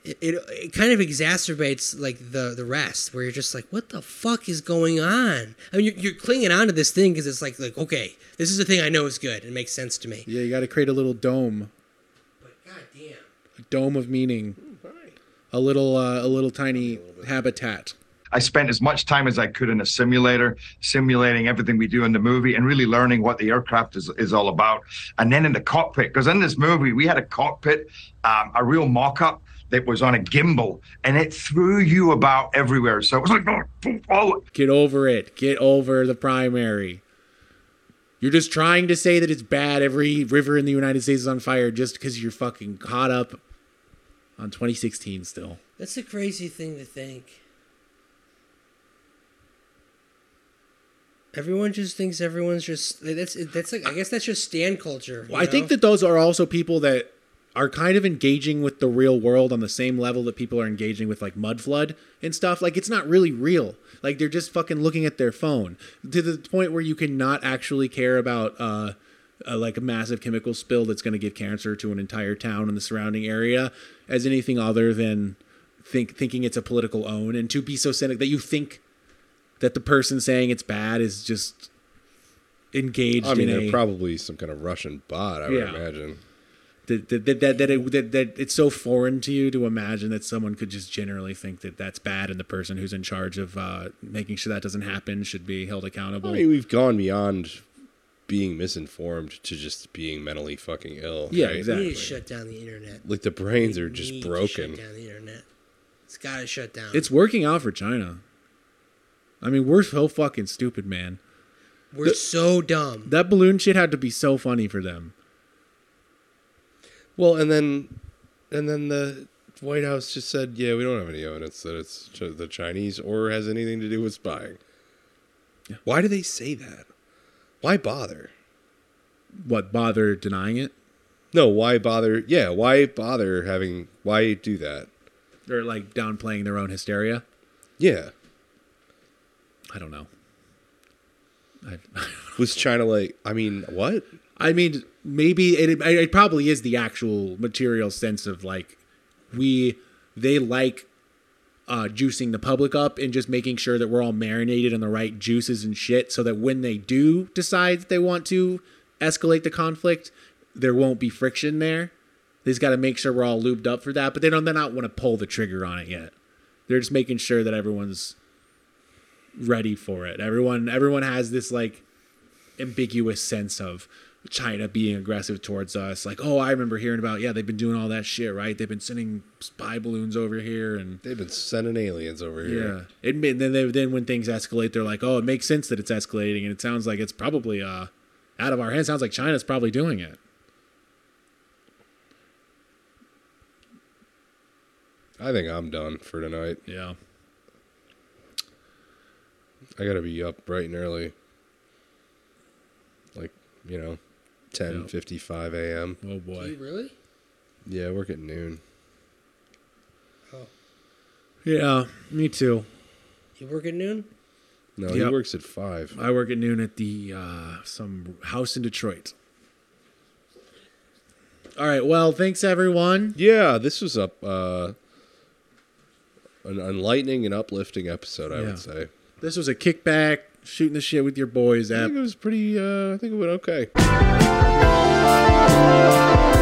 it, it it kind of exacerbates like the the rest where you're just like, what the fuck is going on? I mean, you're, you're clinging on to this thing because it's like like okay, this is the thing I know is good. It makes sense to me. Yeah, you got to create a little dome. But goddamn, a dome of meaning, a little, uh, a little tiny habitat. I spent as much time as I could in a simulator, simulating everything we do in the movie and really learning what the aircraft is, is all about. And then in the cockpit, because in this movie, we had a cockpit, um, a real mock up that was on a gimbal and it threw you about everywhere. So it was like, "Oh, oh, Get over it. Get over the primary. You're just trying to say that it's bad. Every river in the United States is on fire just because you're fucking caught up on 2016 still. That's a crazy thing to think. Everyone just thinks everyone's just that's that's like I guess that's just stand culture. you Well, I know? think that those are also people that are kind of engaging with the real world on the same level that people are engaging with like mud flood and stuff. Like it's not really real. Like they're just fucking looking at their phone to the point where you cannot actually care about uh, uh like a massive chemical spill that's going to give cancer to an entire town and the surrounding area as anything other than think thinking it's a political own and to be so cynic that you think that the person saying it's bad is just engaged I mean, in a they're probably some kind of Russian bot. I would Yeah. imagine. that that that that, that, it, that that it's so foreign to you to imagine that someone could just generally think that that's bad and the person who's in charge of uh, making sure that doesn't happen should be held accountable. I mean, we've gone beyond being misinformed to just being mentally fucking ill. Yeah, right? We need to shut down the internet. Like the brains We are just need to broken. shut down the internet. It's got to shut down. it's working out for China. I mean, we're so fucking stupid, man. We're so dumb. That balloon shit had to be so funny for them. Well, and then, and then the White House just said, "Yeah, we don't have any evidence that it's Ch- the Chinese or has anything to do with spying." Why do they say that? Why bother? What bother denying it? No, why bother? Yeah, why bother having? Why do that? They're like downplaying their own hysteria. Yeah. I don't know. Was China like? I mean, what? I mean, maybe it, it, it probably is the actual material sense of like we they like uh, juicing the public up and just making sure that we're all marinated in the right juices and shit, so that when they do decide that they want to escalate the conflict, there won't be friction there. They just got to make sure we're all lubed up for that, but they don't. They not want to pull the trigger on it yet. They're just making sure that everyone's ready for it. Everyone, everyone has this like ambiguous sense of China being aggressive towards us. Like, oh, I remember hearing about, yeah, they've been doing all that shit, right? They've been sending spy balloons over here, and they've been sending aliens over Yeah, here. it ma- then they, then when things escalate, they're like, oh, it makes sense that it's escalating, and it sounds like it's probably uh out of our hands. Sounds like China's probably doing it. I think I'm done for tonight. Yeah. I gotta be up bright and early. Like, you know, ten fifty five AM. Oh Do you really? Yeah, I work at noon. Yeah, me too. You work at noon? No, Yep. he works at five. I work at noon at the uh, some house in Detroit. All right. Well, thanks everyone. Yeah, this was up uh an enlightening and uplifting episode, I Yeah. would say. This was a kickback, shooting the shit with your boys. I App. think it was pretty uh I think it went okay.